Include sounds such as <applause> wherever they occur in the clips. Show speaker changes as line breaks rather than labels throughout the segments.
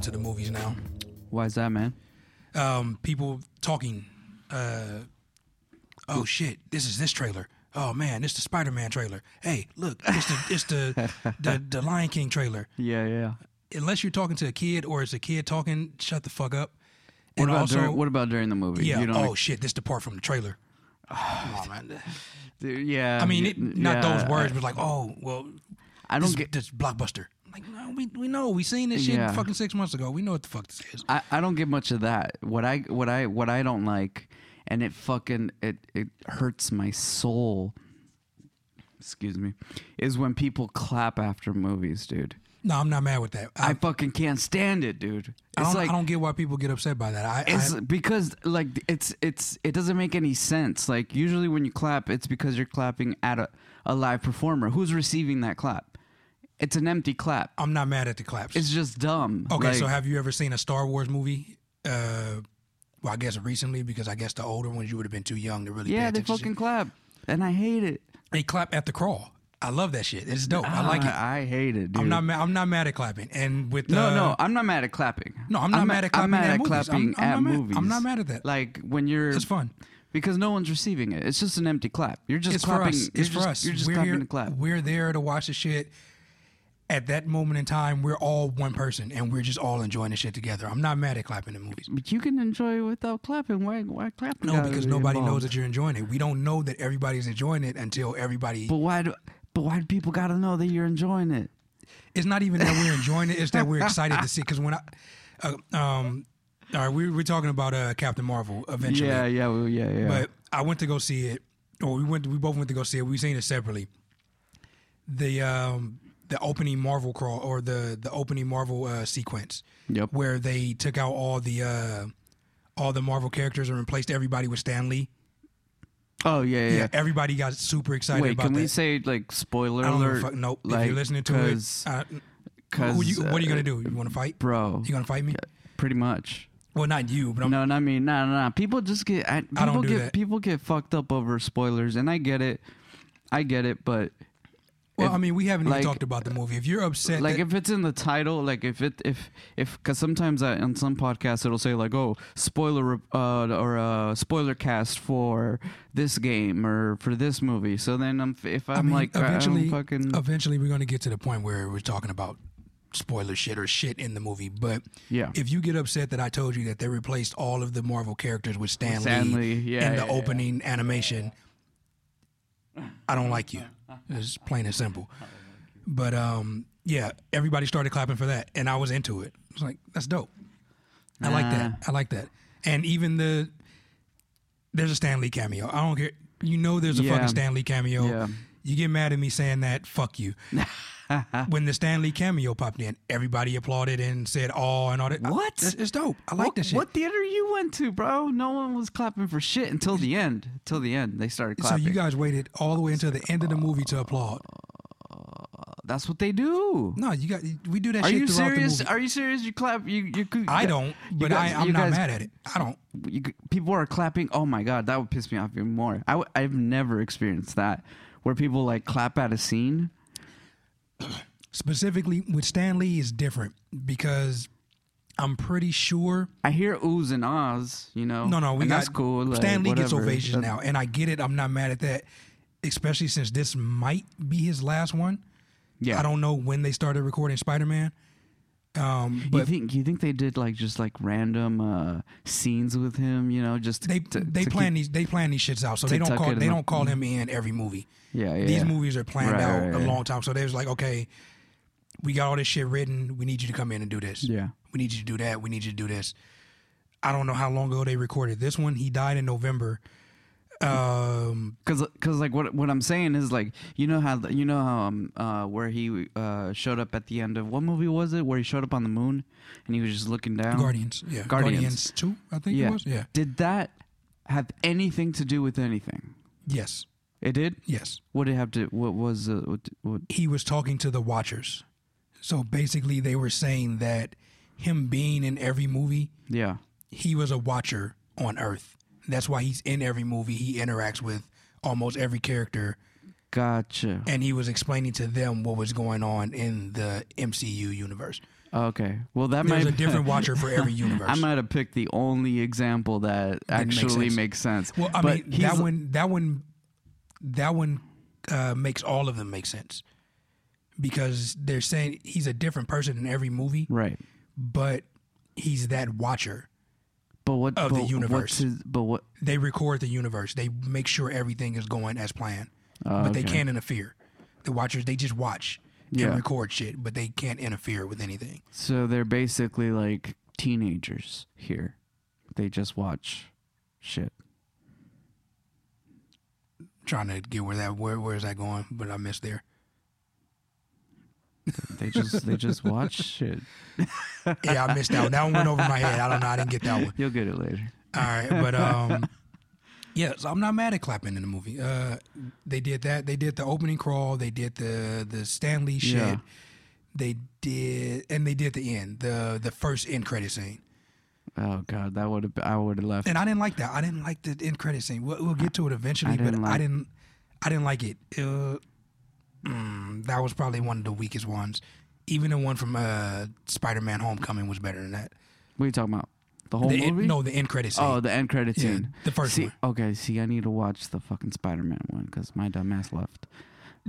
to the movies now.
Why is that, man?
Um, people talking. Uh, oh shit! This is this trailer. Oh man, it's the Spider Man trailer. Hey, look, it's the it's
<laughs>
the, the the Lion King trailer.
Yeah, yeah.
Unless you're talking to a kid or it's a kid talking, shut the fuck up.
What about during, what about during the movie?
yeah.
You don't
oh
like-
shit! This depart from the
<sighs>
trailer. Come on, man.
dude, yeah.
I mean, it,
y-
not
yeah,
those words, but like, oh well,
I, I don't
this,
get.
this blockbuster. Like, no, we we know we seen this shit
Yeah.
fucking six months ago. We know what the fuck this is.
I, I don't get much of that. What I what I what I don't like, and it fucking it it hurts my soul. Excuse me, is when people clap after movies, dude.
No, I'm not mad with that. I,
I fucking can't stand it, dude.
I
It's
don't,
like
I don't get why people get upset by that. I,
It's
I
because like it's it's it doesn't make any sense. Like usually when you clap, it's because you're clapping at a, a live performer. Who's receiving that clap? It's an empty clap.
I'm not mad at the claps.
It's just dumb.
okay, so
Like,
have you ever seen a Star Wars movie? Uh, well, I guess recently because I guess the older ones you would have been too young to really.
yeah,
pay
they
attention to.
fucking clap, and I hate it.
they clap at the crawl. I love that shit. It's dope. I like it.
Ah, I hate it, dude.
I'm not. Mad, I'm not mad at clapping. And with
No,
uh,
no, I'm not mad at clapping.
No, I'm not mad at clapping
I'm
at
mad at
movies. I'm-
clapping
I'm
at
not mad- I'm
movies.
not mad at that.
Like when you're,
it's fun.
because no one's receiving it. It's just an empty clap. You're just
It's
clapping.
for us.
You're
It's
just,
for us.
You're just
we're
clapping
here,
to clap.
We're there to watch the shit. At that moment in time, we're all one person, and we're just all enjoying the shit together. I'm not mad at clapping in movies.
But you can enjoy it without clapping. Why? Why clapping?
No, because nobody knows that you're enjoying it. We don't know that everybody's enjoying it until everybody.
But why? Do, but why do people got to know that you're enjoying it?
It's not even that we're enjoying it; it's that we're excited to see. Because when I, uh, um, all right, we we're talking about uh, Captain Marvel eventually.
Yeah, yeah, well, yeah, yeah.
But I went to go see it, or we went. We both went to go see it. We seen it separately. The um the opening Marvel crawl or the the opening Marvel uh, sequence
yep.
where they took out all the uh all the Marvel characters and replaced everybody with Stan Lee.
Oh yeah, yeah.
Yeah,
yeah.
everybody got super excited
Wait,
about
can
that.
we say like spoiler
I don't give a
alert?
fuck. Nope. if
like,
you're listening to it,
'cause-
uh,
'cause,
who you- what are you
uh,
gonna do? You want to fight?
bro?
You gonna fight me?
Pretty much.
Well, not you, but I'm.
No, not me. No, no, no. People just get I, people
I don't do
get
that.
people get fucked up over spoilers, and I get it. I get it, but
well,
if-
I mean, we haven't
like-
even talked about the movie. If you're upset,
like
that,
if it's in the title, like if it if if because sometimes I, on some podcasts it'll say like oh spoiler uh, or uh, spoiler cast for this game or for this movie. So then I'm if I'm
mean,
like I- I don't
eventually, uh,
fucking
eventually we're going to get to the point where we're talking about spoiler shit or shit in the movie. But
yeah
if you get upset that I told you that they replaced all of the Marvel characters with Stan,
Stan
Lee,
Lee, yeah,
in the
yeah, yeah.
opening animation, I don't like you. It's plain and simple. But um, yeah, everybody started clapping for that, and I was into it. I was like, "That's dope. I like that. I like that." And even the there's a Stan Lee cameo. I don't care. You know, there's a
Yeah.
fucking Stan Lee cameo.
Yeah.
You get mad at me saying that. Fuck
<laughs>
you. when the Stan Lee cameo popped in, everybody applauded and said "oh" and all that. I-
What?
it's, it's dope. I like
what,
this shit.
what theater you went to, bro? No one was clapping for shit until the end. Until the end, they started
So
clapping.
you guys waited all the way until the end of the movie to applaud.
That's what they do.
No, you got we do that
Are
shit
you
throughout
serious?
the movie.
Are you serious? You clap. You you. you
I don't, but
guys-
I, I'm
you
not
guys-
mad at it. I don't.
You, people are clapping. Oh my god, that would piss me off even more. I w- I've never experienced that where people like clap at a scene.
Specifically with Stan Lee is different because I'm pretty sure.
I hear oohs and ahs. You know.
No, no, we
and
got
that's cool. Like,
Stan Lee gets
whatever.
ovations
That-
now, and I get it. I'm not mad at that, especially since this might be his last one.
Yeah.
I don't know when they started recording Spider Man. Um,
You
but
think you think they did like just like random uh, scenes with him? You know, just to,
they
to-
they
to
plan these they plan these shits out, so they don't
tuck
call
it in
they
the-
don't call him in every movie.
Keep, yeah, yeah.
These
yeah.
movies are planned
Right,
out
right,
a
right.
long time. So they was like, okay, we got all this shit written. We need you to come in and do this.
Yeah.
We need you to do that. We need you to do this. I don't know how long ago they recorded this one. He died in November. Um,
Cause, cause, like what what I'm saying is like you know how you know how um uh where he uh showed up at the end of what movie was it where he showed up on the moon and he was just looking down.
Guardians. Yeah.
Oh. Guardians.
two, I think
Yeah.
it was. Yeah.
Did that have anything to do with anything?
Yes.
It did.
Yes.
What did it have to? What was? Uh, what, what,
He was talking to the Watchers. So basically, they were saying that him being in every movie,
yeah.
he was a watcher on Earth. That's why he's in every movie. He interacts with almost every character.
Gotcha.
and he was explaining to them what was going on in the MCU universe.
Okay. Well, that
There's
might
a different watcher for every universe.
<laughs> I might have picked the only example that
make
actually
sense.
makes sense.
well, I
but
mean
he's-
that one that one that one uh, makes all of them make sense because they're saying he's a different person in every movie,
right?
but he's that watcher.
But what
Of the
but what's
universe.
his- but what?
They record the universe. They make sure everything is going as planned,
Oh,
but they
okay.
can't interfere. The watchers they just watch
Yeah.
and record shit, but they can't interfere with anything.
So they're basically like teenagers here. They just watch shit.
trying to get where that where where is that going? But I missed there.
They just they
<laughs>
just watch shit.
Yeah, I missed that one. That one went over my head. I don't know. I didn't get that one.
You'll get it later.
All right, but
<laughs>
um, yeah. So I'm not mad at clapping in the movie. Uh, they did that. They did the opening crawl. They did the the Stanley shit.
Yeah.
They did, and they did the end, the the first end credit scene.
Oh god, that would have I would have left.
And I didn't like that. I didn't like the end credit scene. We'll, we'll get to it eventually,
I
but
didn't
I
like-
didn't. I didn't like it. Uh, mm, that was probably one of the weakest ones. Even the one from uh, Spider-Man: Homecoming was better than that.
What are you talking about? The whole
the end-
movie?
no, the end credit scene.
Oh, the end credit
Yeah,
scene.
the first
see,
one.
Okay, see, I need to watch the fucking Spider Man one because my dumbass left.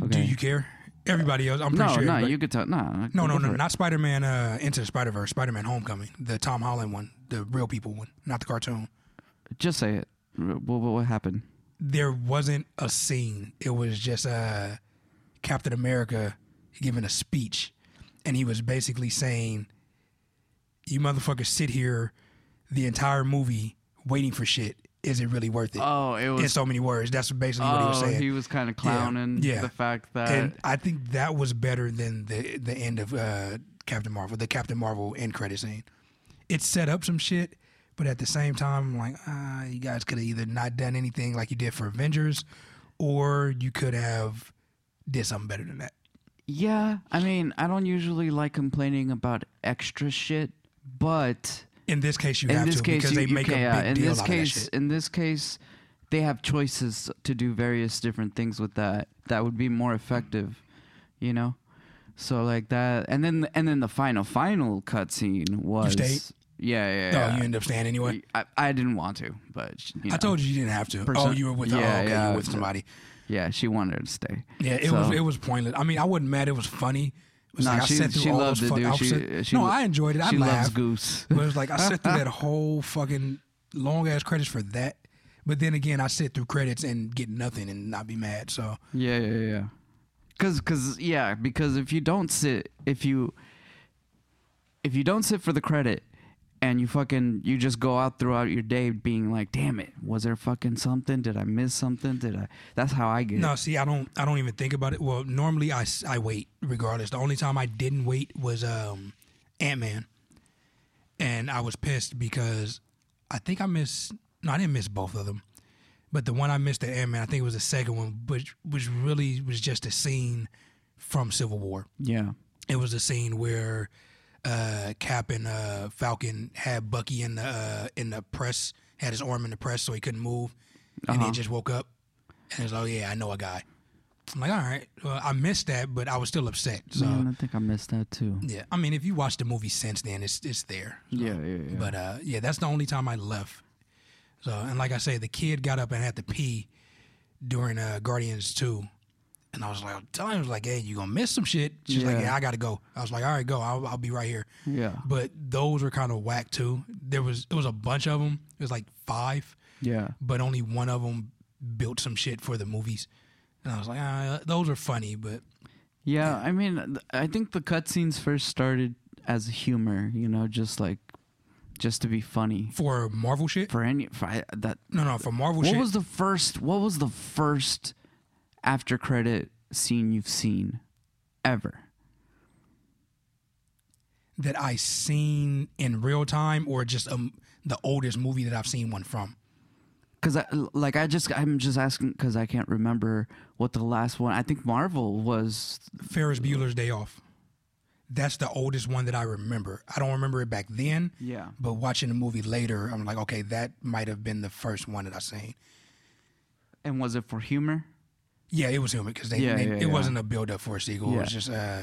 Okay.
Do you care? Everybody else, I'm
no,
pretty sure.
no,
everybody-
you could tell. No,
no, no,
go
no,
for it.
not Spider-Man: uh, Into the Spider-Verse, Spider-Man: Homecoming, the Tom Holland one, the real people one, not the cartoon.
Just say it. R- What, what, what happened?
There wasn't a scene. It was just uh, Captain America giving a speech, and he was basically saying, "You motherfuckers sit here the entire movie waiting for shit. Is it really worth it?"
Oh, it
In
was.
so many words, that's basically what he was
Oh,
saying.
he was kind of clowning
yeah.
the fact that.
and I think that was better than the the end of uh, Captain Marvel, the Captain Marvel end credit scene. It set up some shit, but at the same time, I'm like, ah, you guys could have either not done anything like you did for Avengers, or you could have did something better than that.
yeah, I mean, I don't usually like complaining about extra shit, but
In this case, you
in
have
this
to
case,
because
you,
they
you
make
can,
a
yeah,
big
in
deal
this
out of
case,
that shit.
in this case, they have choices to do various different things with that. That would be more effective, you know. So like that, and then and then the final final cutscene was
stayed?
yeah yeah.
No,
yeah.
you end up staying anyway.
I, I didn't want to, but sh- you know,
I told you you didn't have to. oh,
Person-
you were with
Yeah,
oh, okay, you
yeah,
were with
so-
somebody.
yeah, she wanted to stay.
Yeah, it
So-
was it was pointless. I mean, I wasn't mad. It was funny. It was
Nah,
like I
she-
sat through
she
all
loved
those
it,
fuck-
dude.
I
She-
sat-
she
no,
lo-
I enjoyed it. I
she loves
laughed.
Goose.
But it was like I sit through that whole fucking long ass credits for that. But then again, I sit through credits and get nothing and not be mad. So
Yeah, yeah, yeah. Cause, cause, yeah, because if you don't sit, if you, if you don't sit for the credit, and you fucking, you just go out throughout your day being like, damn it, was there fucking something? Did I miss something? Did I? That's how I get.
no, see, I don't, I don't even think about it. Well, normally I, s- I wait regardless. The only time I didn't wait was um, Ant Man, and I was pissed because I think I missed. No, I didn't miss both of them, but the one I missed at Ant Man, I think it was the second one, which which really was just a scene from Civil War.
Yeah.
it was a scene where uh, Cap and uh, Falcon had Bucky in the uh, in the press, had his arm in the press, so he couldn't move, and he just woke up and was like, "Oh yeah, I know a guy." I'm like, "All right, well, I missed that, but I was still upset." So
Man, I think I missed that too.
yeah, I mean, if you watch the movie since then, it's it's there.
Yeah, yeah, yeah.
But uh, yeah, that's the only time I left. So and like I say, the kid got up and had to pee during uh, Guardians two, and I was like, I was like, hey, you gonna miss some shit? She's like,
Yeah.
yeah, I gotta go. I was like, all right, go. I'll, I'll be right here.
Yeah.
But those were kind of whack too. There was it was a bunch of them. It was like five,
Yeah.
but only one of them built some shit for the movies. And I was like, ah, those are funny, but
Yeah, I mean, th- I think the cutscenes first started as humor, you know, just like, just to be funny
for Marvel shit,
for any for I, that
no, no, for Marvel
What
shit.
was the first? What was the first after credit scene you've seen ever?
that I seen in real time or just um, the oldest movie that I've seen one from.
Because I like I just I'm just asking because I can't remember what the last one. I think Marvel was.
Ferris Bueller's Day Off. That's the oldest one that I remember. I don't remember it back then,
Yeah.
but watching the movie later, I'm like, okay, that might have been the first one that I seen.
And was it for humor?
Yeah, it was human because they,
Yeah,
they-
yeah,
it
yeah.
wasn't a build up for a sequel. It was
Yeah.
just uh,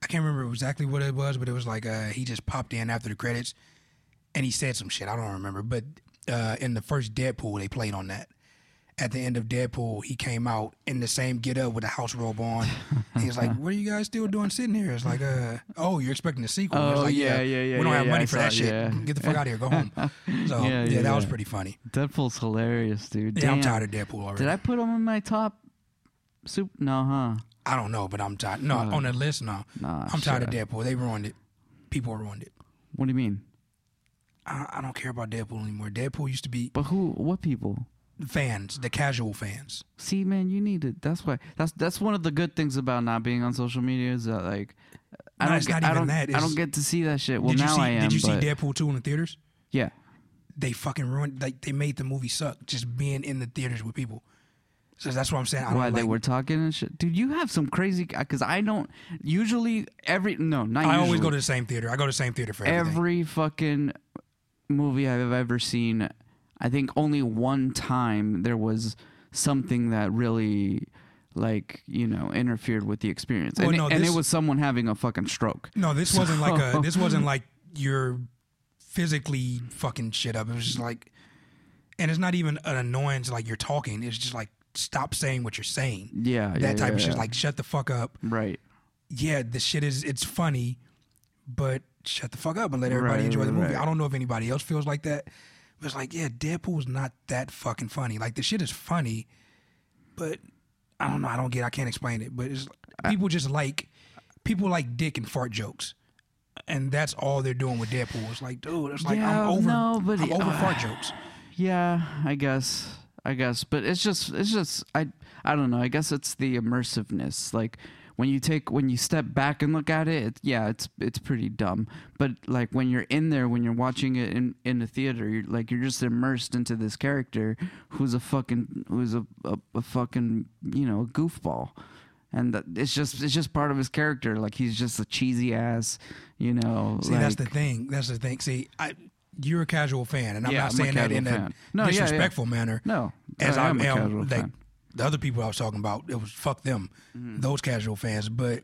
I can't remember exactly what it was, but it was like uh, he just popped in after the credits and he said some shit. I don't remember, but uh, in the first Deadpool, they played on that. At the end of Deadpool, he came out in the same get up with a house robe on. And He's
<laughs>
like, "What are you guys still doing sitting here?" It's like, uh, "Oh, you're expecting a sequel?" It's
Oh,
like,
yeah, yeah, yeah,
We don't
yeah,
have
yeah,
money
I
for
saw
that
it,
shit.
yeah.
Get the fuck out of here. Go
<laughs>
home. So
Yeah,
yeah,
yeah,
that was
yeah.
pretty funny.
Deadpool's hilarious, dude.
Yeah,
Damn.
I'm tired of Deadpool already.
Did I put him in my top? Soup? No, huh?
I don't know, but I'm tired. No, on the list, no.
Nah,
I'm tired of Deadpool. They ruined it. People ruined it.
What do you mean?
I, I don't care about Deadpool anymore. Deadpool used to be
But who? What people?
fans, the casual fans.
See, man, you need it. That's why. That's that's one of the good things about not being on social media is that like, I
No,
don't.
it's
get,
not
I
even
don't,
that.
I
It's-
don't get to see that shit. Well,
did you
now
see?
I am.
did you see
but-
Deadpool two in the theaters?
Yeah.
They fucking ruined. Like they made the movie suck just being in the theaters with people. So that's what I'm saying. I don't
Why they
like-
were talking and shit, dude? You have some crazy because I don't usually every no
I
not. usually,
always go to the same theater. I go to the same theater for everything.
every fucking movie I've ever seen. I think only one time there was something that really, like you know, interfered with the experience,
Well,
and,
no,
and
this-
it was someone having a fucking stroke.
no, this wasn't like
<laughs>
a. This wasn't like you're physically fucking shit up. It was just like, and it's not even an annoyance. Like you're talking. It's just like stop saying what you're saying.
Yeah,
that
yeah,
type
yeah,
of shit.
yeah.
Like, shut the fuck up.
right.
Yeah, the shit is it's funny, but shut the fuck up and let everybody
Right,
enjoy the
right,
movie.
right.
I don't know if anybody else feels like that. But it's like, yeah, Deadpool's not that fucking funny. Like the shit is funny, but I don't know. I don't get. I can't explain it. But it's people just like people like dick and fart jokes, and that's all they're doing with Deadpool. It's like, dude, it's like
Yeah,
I'm over.
no, but-
I'm over fart jokes.
Yeah, I guess. I guess, but it's just it's just I I don't know. I guess it's the immersiveness. Like when you take when you step back and look at it, it yeah, it's it's pretty dumb. But like when you're in there, when you're watching it in in the theater, you're like you're just immersed into this character who's a fucking who's a a, a fucking you know goofball. And that, it's just it's just part of his character. Like he's just a cheesy ass, you know.
See, that's the
like-
thing. That's the thing. See, I you're a casual fan, and I'm
Yeah,
not
I'm a
saying that in
casual
a
fan. No, yeah, yeah.
disrespectful manner.
no.
as
I
I am,
a casual
like
fan. Mm-hmm.
the other people I was talking about, it was fuck them, those casual fans. But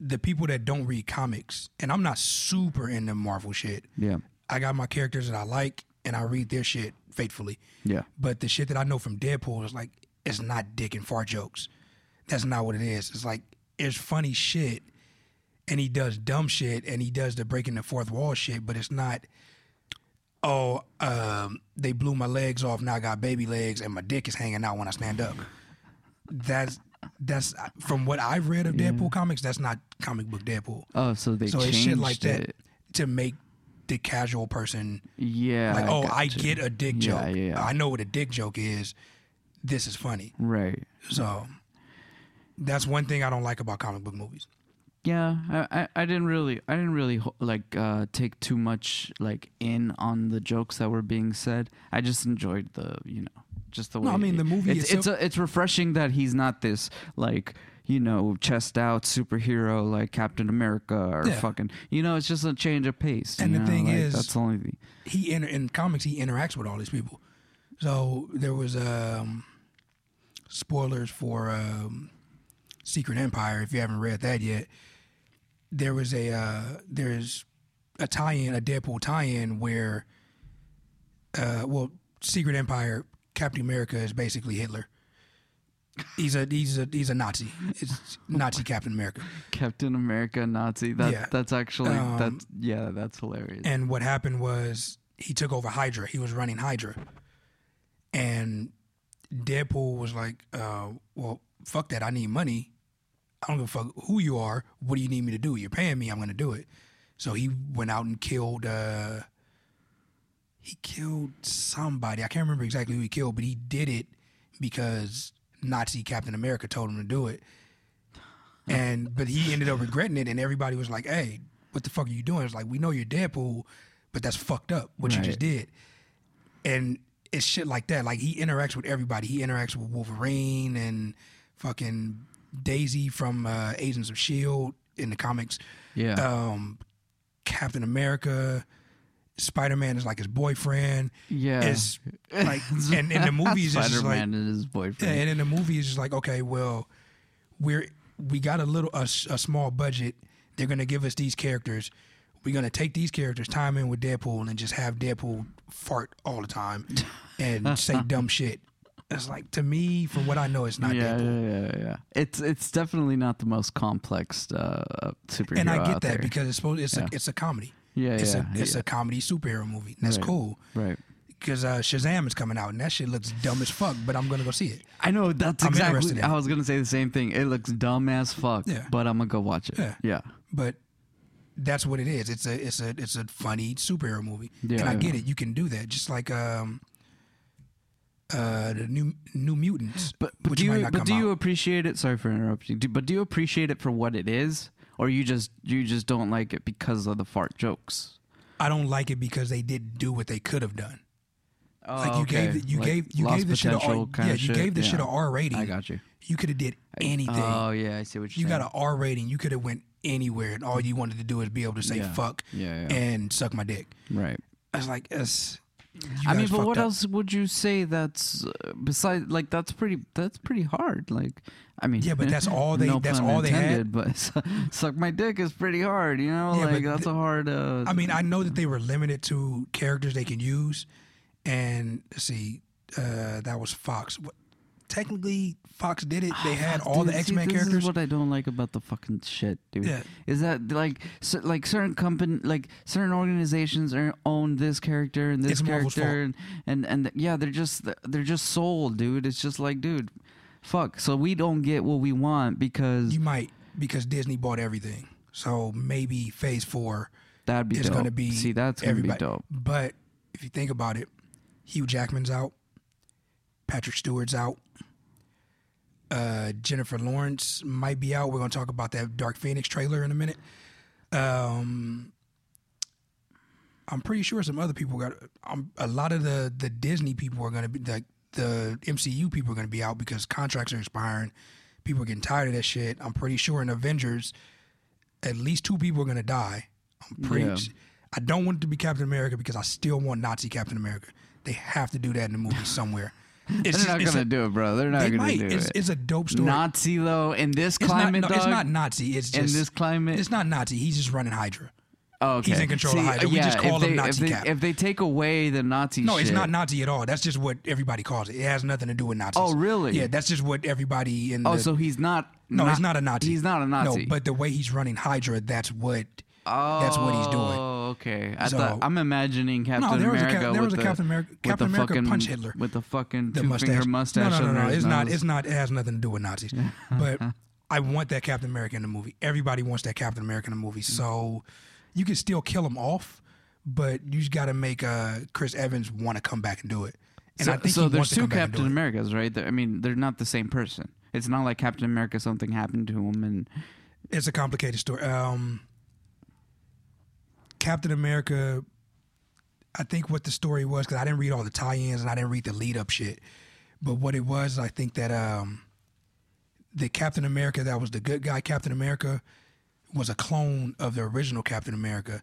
the people that don't read comics, and I'm not super into Marvel shit.
Yeah,
I got my characters that I like, and I read their shit faithfully.
yeah.
But the shit that I know from Deadpool is like, it's not dick and fart jokes. That's not what it is. It's like, it's funny shit, and he does dumb shit, and he does the breaking the fourth wall shit, but it's not, oh, um, they blew my legs off, now I got baby legs, and my dick is hanging out when I stand up. That's, that's from what I've read of Deadpool comics, that's not comic book Deadpool.
Oh, so they
so it's
changed
shit like that
it.
to make the casual person
Yeah.
like, oh, I
gotcha.
get a dick joke.
Yeah, yeah, yeah.
I know what a dick joke is. This is funny.
Right.
So that's one thing I don't like about comic book movies.
Yeah, I, I, I didn't really I didn't really ho- like uh, take too much like in on the jokes that were being said. I just enjoyed the you know just the way.
No, I mean, the movie
It's it's, a, it's refreshing that he's not this like you know chest out superhero like Captain America or
Yeah.
fucking you know it's just a change of pace. you
And the
know,
thing
like,
is-
that's the only thing.
He inter- in comics he interacts with all these people. So there was um spoilers for um Secret Empire if you haven't read that yet. There was a uh there's a tie-in, a Deadpool tie-in where uh well, Secret Empire Captain America is basically Hitler. He's a he's a he's a Nazi. It's Nazi Captain America.
Captain America Nazi. That
Yeah.
that's actually
Um,
that's yeah that's hilarious.
And what happened was he took over Hydra. He was running Hydra. And Deadpool was like, uh, well, fuck that. I need money. I don't give a fuck who you are. What do you need me to do? You're paying me. I'm going to do it. So he went out and killed. Uh, he killed somebody. I can't remember exactly who he killed, but he did it because Nazi Captain America told him to do it. And but he ended up regretting it, and everybody was like, "Hey, what the fuck are you doing?" It's like we know you're Deadpool, but that's fucked up what you just did. And it's shit like that. Like he interacts with everybody. He interacts with Wolverine and fucking Daisy from uh, Agents of Shield in the comics
yeah.
um, Captain America, Spider Man is like his boyfriend.
yeah.
It's
<laughs>
like, and in the movies, it's just
Spider
like,
Man and his boyfriend.
and in the movie, it's just like, okay, well, we're we got a little a, s- a small budget. They're gonna give us these characters. We're gonna take these characters, tie 'em in with Deadpool, and just have Deadpool fart all the
<laughs>
time and say dumb shit. It's like to me, for what I know, it's not
yeah,
Deadpool.
yeah, yeah, yeah. It's it's definitely not the most complex uh, superhero.
And I
out
get that
there.
because it's supposed it's
Yeah.
a it's a comedy.
yeah,
It's
yeah,
a it's
yeah.
a comedy superhero movie. And that's
Right.
cool
right.
because uh, Shazam is coming out, and that shit looks dumb as fuck. But I'm gonna go see it.
I know that's
I'm interested
exactly.
in
I
it.
was gonna say the same thing. It looks dumb as fuck,
Yeah.
but I'm gonna go watch it.
Yeah.
yeah.
But that's what it is. It's a it's a it's a funny superhero movie,
Yeah,
and I
yeah.
get it. You can do that, just like um uh the new New Mutants,
But, but
which
do
might
you
not
but
come
do
out.
you appreciate it? Sorry for interrupting. Do, but do you appreciate it for what it is, or you just you just don't like it because of the fart jokes?
I don't like it because they didn't do what they could have done.
Oh,
Like you gave the, you
Like
gave you
lost
gave the shit a
potential
R, E
kind
yeah
of
you
shit.
gave the
yeah.
shit a R rating.
I got you.
You could have did anything.
Oh yeah, I see what you're
you
saying.
got an R rating. You could have went anywhere, and all you wanted to do is be able to say
Yeah.
fuck
Yeah, yeah.
and suck my dick.
right.
I was like, it's. you
I mean,
guys
but
fucked
what
up.
else would you say that's uh, besides like that's pretty that's pretty hard. Like I mean,
Yeah, but that's
<laughs>
all they-
no
that's
pun
all they had.
intended, But <laughs> su- suck my dick is pretty hard. You know,
Yeah, but
like that's
th-
a hard. Uh,
I mean, I know that they were limited to characters they can use, and let's see, uh, that was Fox. What, technically, Fox did it. They had all the
Ah, Dude,
X
see,
Men
This
characters.
is what I don't like about the fucking shit, dude.
Yeah.
Is that like cer- like certain company like certain organizations are, own this character and this
It's Marvel's
character and, and and yeah, they're just they're just sold, dude. It's just like, dude, fuck. So we don't get what we want because
You might because Disney bought everything, so maybe Phase Four
that'd be
is
dope.
going to be
see that's gonna
everybody.
be dope.
But if you think about it, Hugh Jackman's out, Patrick Stewart's out, uh, Jennifer Lawrence might be out. We're going to talk about that Dark Phoenix trailer in a minute. Um, I'm pretty sure some other people got. Um, a lot of the the Disney people are going to be like the MCU people are going to be out because contracts are expiring. People are getting tired of that shit. I'm pretty sure in Avengers, at least two people are going to die. I'm pretty.
Yeah.
I don't want it to be Captain America because I still want Nazi Captain America. They have to do that in the
<laughs>
movie somewhere. It's
They're not
it's
gonna
a-
do it, bro. They're not
They
gonna
might.
do
It's,
it.
it's a dope story.
Nazi though in this
it's
climate,
not. No, it's
dog,
not Nazi. It's
in
just.
this climate.
it's not Nazi. He's just running Hydra.
oh, okay.
he's in control
See,
of Hydra. We just
yeah,
call
if
him
they,
Nazi
if
Cap.
They, if they take away the Nazi,
No, it's
shit-
not Nazi at all. That's just what everybody calls it. It has nothing to do with Nazis.
Oh, really?
Yeah, that's just what everybody in.
Oh,
the,
so he's not.
no, he's not a Nazi.
He's not a
No,
Nazi.
but the way he's running Hydra, that's what.
oh,
that's what he's doing.
Oh, okay. I
So-
thought I'm imagining Captain
there was a Cap-
America.
there
with
was a
the,
Captain America-
with
Captain
the
America
fucking,
punched Hitler.
with the fucking
The
two
mustache.
finger
No,
mustache.
no,
under
no, no.
his
It's not.
nose.
It's not. It has nothing to do with Nazis.
<laughs>
But I want that Captain America in the movie. Everybody wants that Captain America in the movie. So you can still kill him off, but you just got to make uh, Chris Evans want to come back and do it. And
so,
I think
so
he
there's
wants to
two
come back and do
Captain
it.
Americas, right? They're- I mean, they're not the same person. It's not like Captain America. Something happened to him, and
it's a complicated story. Um, Captain America, I think what the story was because I didn't read all the tie-ins and I didn't read the lead-up shit, but what it was, I think that um, the Captain America that was the good guy Captain America was a clone of the original Captain America,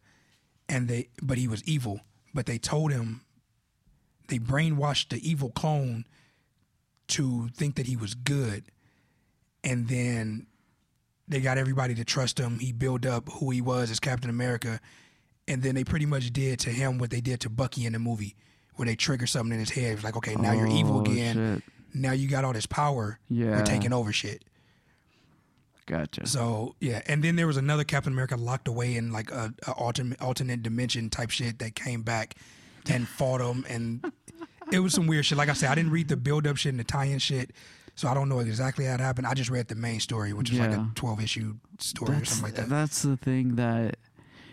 and they but he was evil. But they told him they brainwashed the evil clone to think that he was good, and then they got everybody to trust him. He built up who he was as Captain America, and then they pretty much did to him what they did to Bucky in the movie, where they trigger something in his head. It's like, okay, now you're evil
Oh,
again.
shit.
Now you got all this power.
Yeah.
We're taking over shit.
Gotcha.
So yeah, and then there was another Captain America locked away in like a, a alternate alternate dimension type shit that came back and fought him, and it was some weird shit. Like I said, I didn't read the build up shit and the tie in shit, so I don't know exactly how it happened. I just read the main story, which is like
Yeah.
a twelve issue story or
that's
something like that.
that's the thing that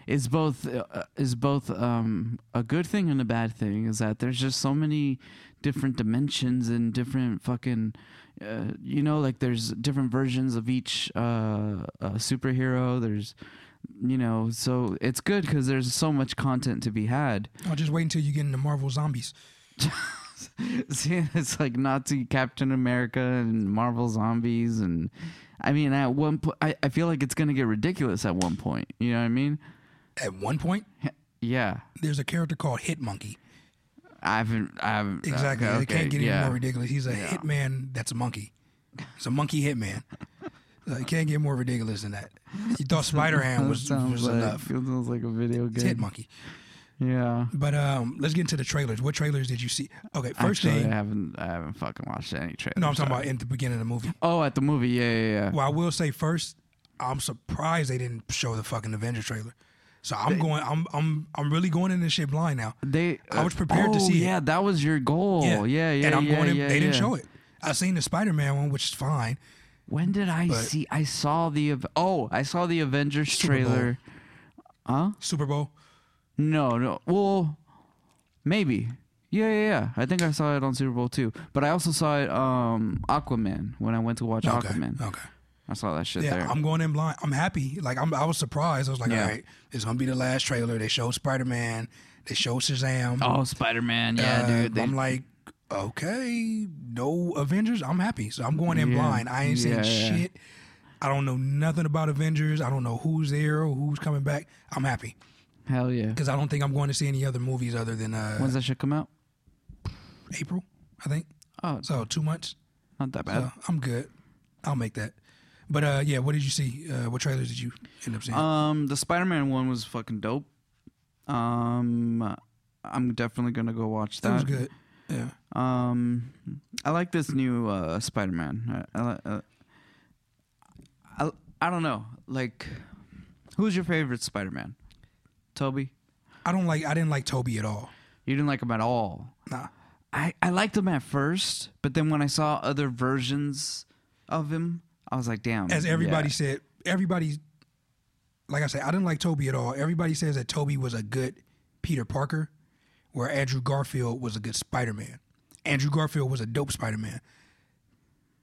is both uh, is both um, a good thing and a bad thing is that there's just so many different dimensions and different fucking uh, you know like there's different versions of each uh, uh, superhero there's you know so it's good because there's so much content to be had
I'll just wait until you get into Marvel Zombies.
<laughs> See, it's like Nazi Captain America and Marvel zombies, and I mean, at one point, I, I feel like it's gonna get ridiculous at one point. You know what I mean?
At one point,
Yeah,
there's a character called Hit Monkey.
I haven't, I haven't uh,
Exactly, it
okay,
can't get any
yeah. <laughs>
more ridiculous. He's a hitman that's a monkey. It's a monkey hitman. Like, you can't get more ridiculous than that. You thought Spider Ham was,
Sounds
was
like,
enough.
It sounds like a video
It's Hit
game.
Monkey.
Yeah.
But um, let's get into the trailers. What trailers did you see? Okay, first
Actually,
thing.
I haven't I haven't fucking watched any trailer.
No, I'm talking about at the beginning of the movie.
Oh, at the movie. Yeah, yeah, yeah.
Well, I will say first, I'm surprised they didn't show the fucking Avenger trailer. So I'm going. I'm I'm I'm really going in this shit blind now.
They.
I was prepared to
oh,
see it.
Yeah, that was your goal. Yeah, Oh, yeah, yeah.
And I'm
yeah,
going. In,
yeah,
they didn't
yeah.
show it. I seen the Spider Man one, which is fine.
When did I
But-
see? I saw the. Av- Oh, I saw the Avengers
Super Bowl.
trailer.
Super Bowl.
No, no. Well, maybe. Yeah, yeah, yeah. I think I saw it on Super Bowl too. But I also saw it um Aquaman when I went to watch
Okay.
Aquaman.
Okay.
I saw that shit
Yeah,
there.
I'm going in blind. I'm happy. Like I'm, I was surprised. I was like,
Yeah.
all right, it's gonna be the last trailer. They showed Spider Man. They showed Shazam.
oh, Spider Man. Yeah,
Uh,
dude. They,
I'm like, okay, no Avengers. I'm happy. So I'm going in
Yeah.
blind. I ain't seen
Yeah, yeah.
shit. I don't know nothing about Avengers. I don't know who's there or who's coming back. I'm happy
hell yeah.
because I don't think I'm going to see any other movies other than uh,
When's that shit come out?
April. I think
Oh,
so. Two months.
not that bad.
So I'm good. I'll make that. But uh, yeah, what did you see? Uh, what trailers did you end up seeing?
Um, the Spider-Man one was fucking dope. Um, I'm definitely gonna go watch
that was
that.
good. Yeah.
Um, I like this new uh, Spider-Man. I, I, li- uh, I, I don't know. Like, who's your favorite Spider-Man? Toby.
I don't like. I didn't like Toby at all.
You didn't like him at all.
Nah.
I, I liked him at first, but then when I saw other versions of him, I was like, damn.
As
yeah.
everybody said, everybody, like I said, I didn't like Toby at all. Everybody says that Toby was a good Peter Parker, where Andrew Garfield was a good Spider Man. Andrew Garfield was a dope Spider Man.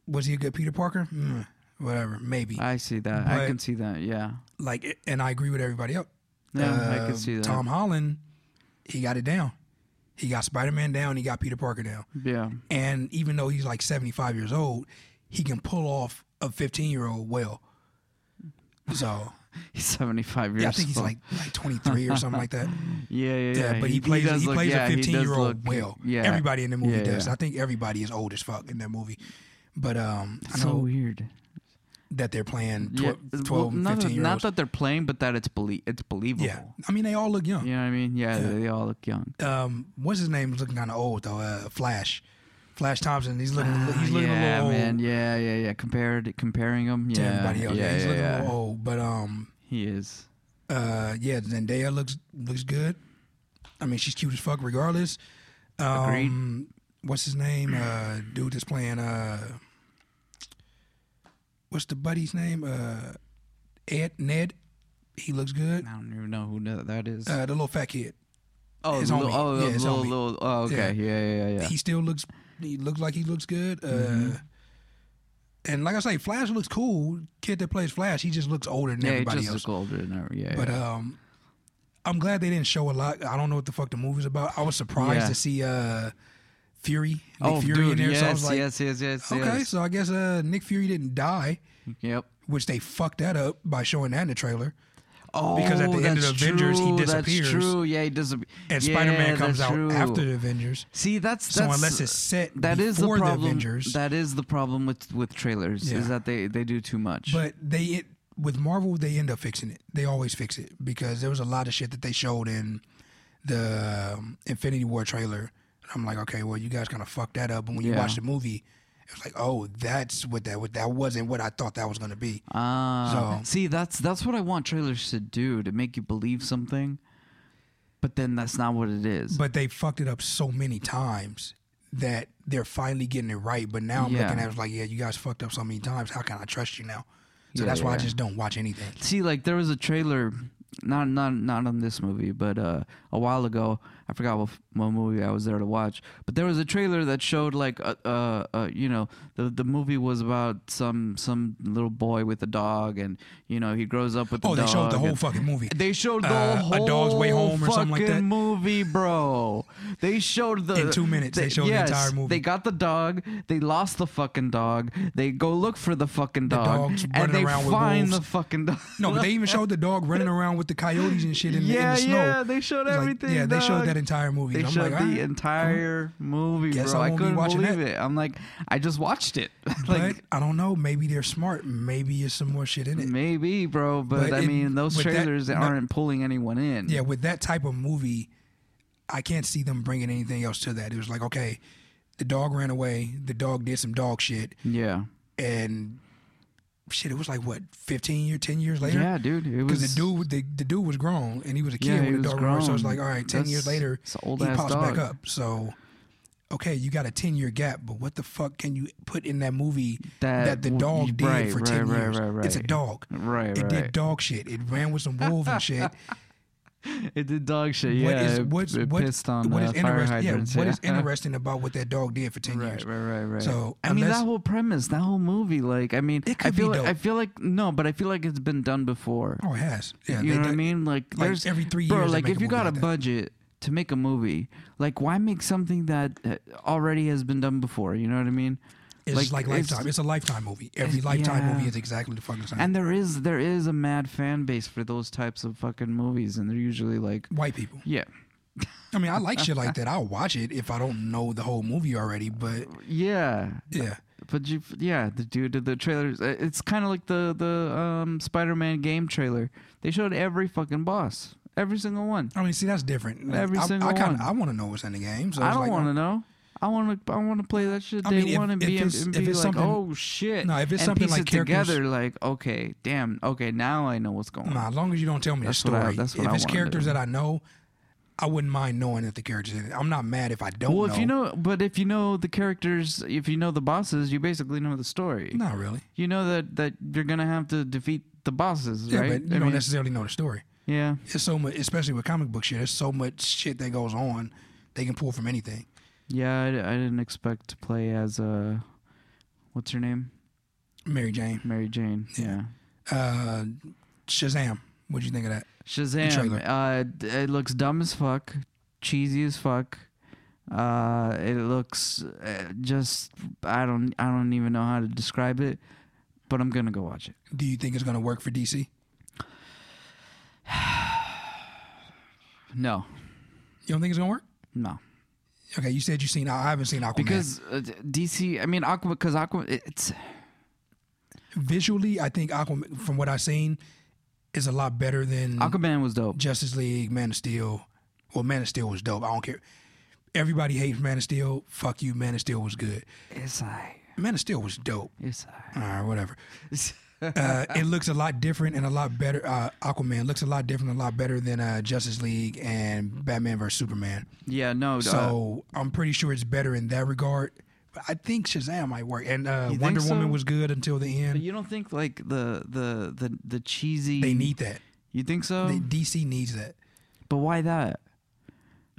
Was he a good Peter Parker? Mm, whatever, maybe.
I see that. I
But-
can see that. Yeah.
like, and I agree with everybody else.
Yeah, I
Uh,
can see that.
Tom Holland, he got it down. He got Spider Man down. He got Peter Parker down.
Yeah.
and even though he's like 75 years old he can pull off a 15 year old well so
He's 75 years
yeah, i think he's
old.
like like 23 or something like
<laughs>
that
Yeah, yeah,
yeah,
yeah.
but he, plays he,
does look-
plays
yeah,
a
he does
15 year
look-
old well
Yeah,
everybody in the movie
Yeah,
does
yeah.
i think everybody is old as fuck in that movie but um i know
So weird.
that they're playing
Yeah,
12,
well,
12 and
not,
15 year
not
olds
that they're playing, but that it's belie- it's believable.
yeah i mean they all look young
You know what I mean? Yeah,
Yeah.
they all look young.
um what's his name is looking kind of old though uh flash flash thompson he's looking he's looking
Ah,
a
yeah,
little old
man. Yeah, yeah, yeah. Compared, comparing him. Yeah,
to everybody else
Yeah,
he's
yeah,
looking a
yeah.
little old but um
He is.
uh yeah zendaya looks looks good i mean she's cute as fuck regardless um what's his name uh dude that's playing uh what's the buddy's name uh ed ned he looks good
I don't even know who that- that is.
uh the little fat kid
oh,
his
little,
homie.
oh,
Yeah, his
little,
homie.
little, oh, okay. Yeah, yeah, yeah. Mm-hmm. yeah.
he still looks he looks like he looks good uh and like i say flash looks cool kid that plays flash he just looks older than
yeah, he
everybody
just
else
look older than her. Yeah,
But
yeah.
um, I'm glad they didn't show a lot. I don't know what the fuck the movie's about. I was surprised
Yeah.
to see uh Fury, Nick
oh,
Fury
dude,
in there.
yes,
so I was like,
yes, yes, yes,
okay,
yes.
so I guess uh Nick Fury didn't die,
Yep.
which they fucked that up by showing that in the trailer.
Oh,
Because at the end of
that's
Avengers, he
true,
disappears.
That's true. Yeah, he disappears.
And Spider-Man comes out after the Avengers.
See, that's
So
that's
unless it's set
that is the
before the
problem.
Avengers-
That is the problem with with trailers
Yeah.
is that they they do too much.
But they it, with Marvel, they end up fixing it. They always fix it because there was a lot of shit that they showed in the um, Infinity War trailer. And I'm like, okay, well, you guys kind of fucked that up. And when you
Yeah.
watch the movie, it was like, oh, that's what that was. That wasn't what I thought that was going to be.
Ah,
So-
see, that's that's what I want trailers to do to make you believe something, but then that's not what it is.
But they fucked it up so many times that they're finally getting it right. But now I'm
Yeah.
looking at it like, yeah, you guys fucked up so many times. How can I trust you now? So
Yeah,
that's why I
yeah.
just don't watch anything.
see, like there was a trailer, not not not on this movie, but uh, a while ago. I forgot what, f- what movie I was there to watch, but there was a trailer that showed like uh, uh, uh you know the the movie was about some some little boy with a dog, and you know he grows up with the
Oh, they
dog.
showed the whole
and-
fucking movie.
They showed the
Uh,
whole
A Dog's Way Home or
fucking
something like that?
movie, bro. They showed the
In two minutes, they showed the
yes,
entire movie.
They got the dog. They lost the fucking dog. They go look for the fucking
The
dog,
dog's
and
running
they
around with
find
wolves.
the fucking dog. <laughs>
No, but they even showed the dog running around with the coyotes and shit in, the- in
yeah,
the snow.
yeah, they showed
It's like,
everything.
yeah, they showed
dog.
that that entire movie.
They
And I'm
showed
like,
the
"All right."
entire movie,
Guess
bro.
I
I,
won't be
couldn't
watching
believe
that.
it. I'm like, I just watched it. <laughs> like, Mm.
but I don't know. Maybe they're smart. Maybe there's some more shit in it.
maybe, bro. But,
But
I
it-
mean, those
with that-
trailers
no-
aren't pulling anyone in.
Yeah, with that type of movie, I can't see them bringing anything else to that. It was like, okay, the dog ran away. The dog did some dog shit,
Yeah.
and shit. It was like what, 15 year, 10 years later.
Yeah, dude. It was
Because the dude, the, the dude was grown and he was a kid
Yeah, he
when the
was
dog ran. So it's
grown.
like, all right, ten years
That's-
later,
it's an old
he
ass
pops back
dog.
up. So, okay, you got a ten year gap, but what the fuck can you put in that movie
That
that, the
w-
dog did
right,
for
right,
ten
right,
years?
right, right.
It's a dog.
Right,
It
right.
did dog shit. It ran with some wolves and
<laughs>
shit.
It did dog shit. Yeah,
what is
it-
what's
it
what-
pissed on
what
uh,
is
fire
interesting? Yeah,
hydrants.
what
yeah. <laughs>
is interesting about what that dog did for ten
right,
years?
right, right, right.
So,
I mean,
unless-
that whole premise, that whole movie, like, I mean,
It
I
could be
feel, like,
dope.
I feel like no, but I feel like it's been done before.
Oh, it has. Yeah,
you
they
know what I
done-
mean? Like,
like,
there's
every three
bro,
years they
like
make
if
a
you
movie
got a
like that.
budget to make a movie, like why make something that uh, already has been done before? You know what I mean?
It's like,
it's-
lifetime. It's, a lifetime movie. Every
it's-
lifetime
yeah.
movie is exactly the fucking same.
And there is there is a mad fan base for those types of fucking movies, and they're usually like,
White people.
yeah,
I mean, I like shit
<laughs>
like that. I'll watch it if I don't know the whole movie already. But
yeah,
yeah,
but you, yeah, the dude did the trailers. uh, It's kind of like the the um, Spider-Man game trailer. They showed every fucking boss, every single one.
I mean, see, that's different.
Every
I,
single
I kinda,
one.
I want to know what's in the game. So
I
it's
don't
like, oh.
want to know. I want to. I want to play that shit
I
day
mean, if-
one and
if
be, and
it's- if
be
it's
like,
something-
oh shit.
No, if it's
and
something
piece
like
it
characters-
together, like okay, damn, okay, now I know what's going on.
Nah, as long as you don't tell me
That's
the
what I-
story.
that's what
if
I
it's
wanna
characters
do.
that I know, I wouldn't mind knowing that the characters. In it. I'm not mad if I don't.
Well,
know.
if you know, but if you know the characters, if you know the bosses, you basically know the story.
not really.
You know that that you're gonna have to defeat the bosses,
Yeah,
right?
but you
I
don't
mean,
necessarily know the story.
yeah.
It's so much, especially with comic book shit. There's so much shit that goes on. They can pull from anything.
Yeah, I, I didn't expect to play as uh, what's her name,
Mary Jane,
Mary Jane.
Yeah.
Yeah,
uh, Shazam. What'd you think of that? trailer.
Shazam. Uh, d- it looks dumb as fuck, cheesy as fuck. Uh, it looks uh, just I don't I don't even know how to describe it, but I'm gonna go watch it.
Do you think it's gonna work for DC?
No,
You don't think it's gonna work?
no.
Okay, you said you seen. I haven't seen Aquaman.
because uh, d- DC, I mean Aqua, because Aqua, it- it's
visually, I think Aquaman, from what I've seen, is a lot better than
Aquaman was dope.
Justice League, Man of Steel. Well, Man of Steel was dope. I don't care. Everybody hates Man of Steel. Fuck you. Man of Steel was good.
It's I,
Man of Steel was dope.
it's
All right, whatever.
I.
Uh, it looks a lot different and a lot better. Uh, Aquaman looks a lot different, a lot better than uh, Justice League and Batman vs Superman.
<laughs> yeah, no. uh,
So I'm pretty sure it's better in that regard. But I think Shazam might work. And uh,
think
Wonder Woman
so?
was good until the
but
end.
you don't think like the the the the cheesy?
They need that.
You think so?
They, DC needs that.
but why that?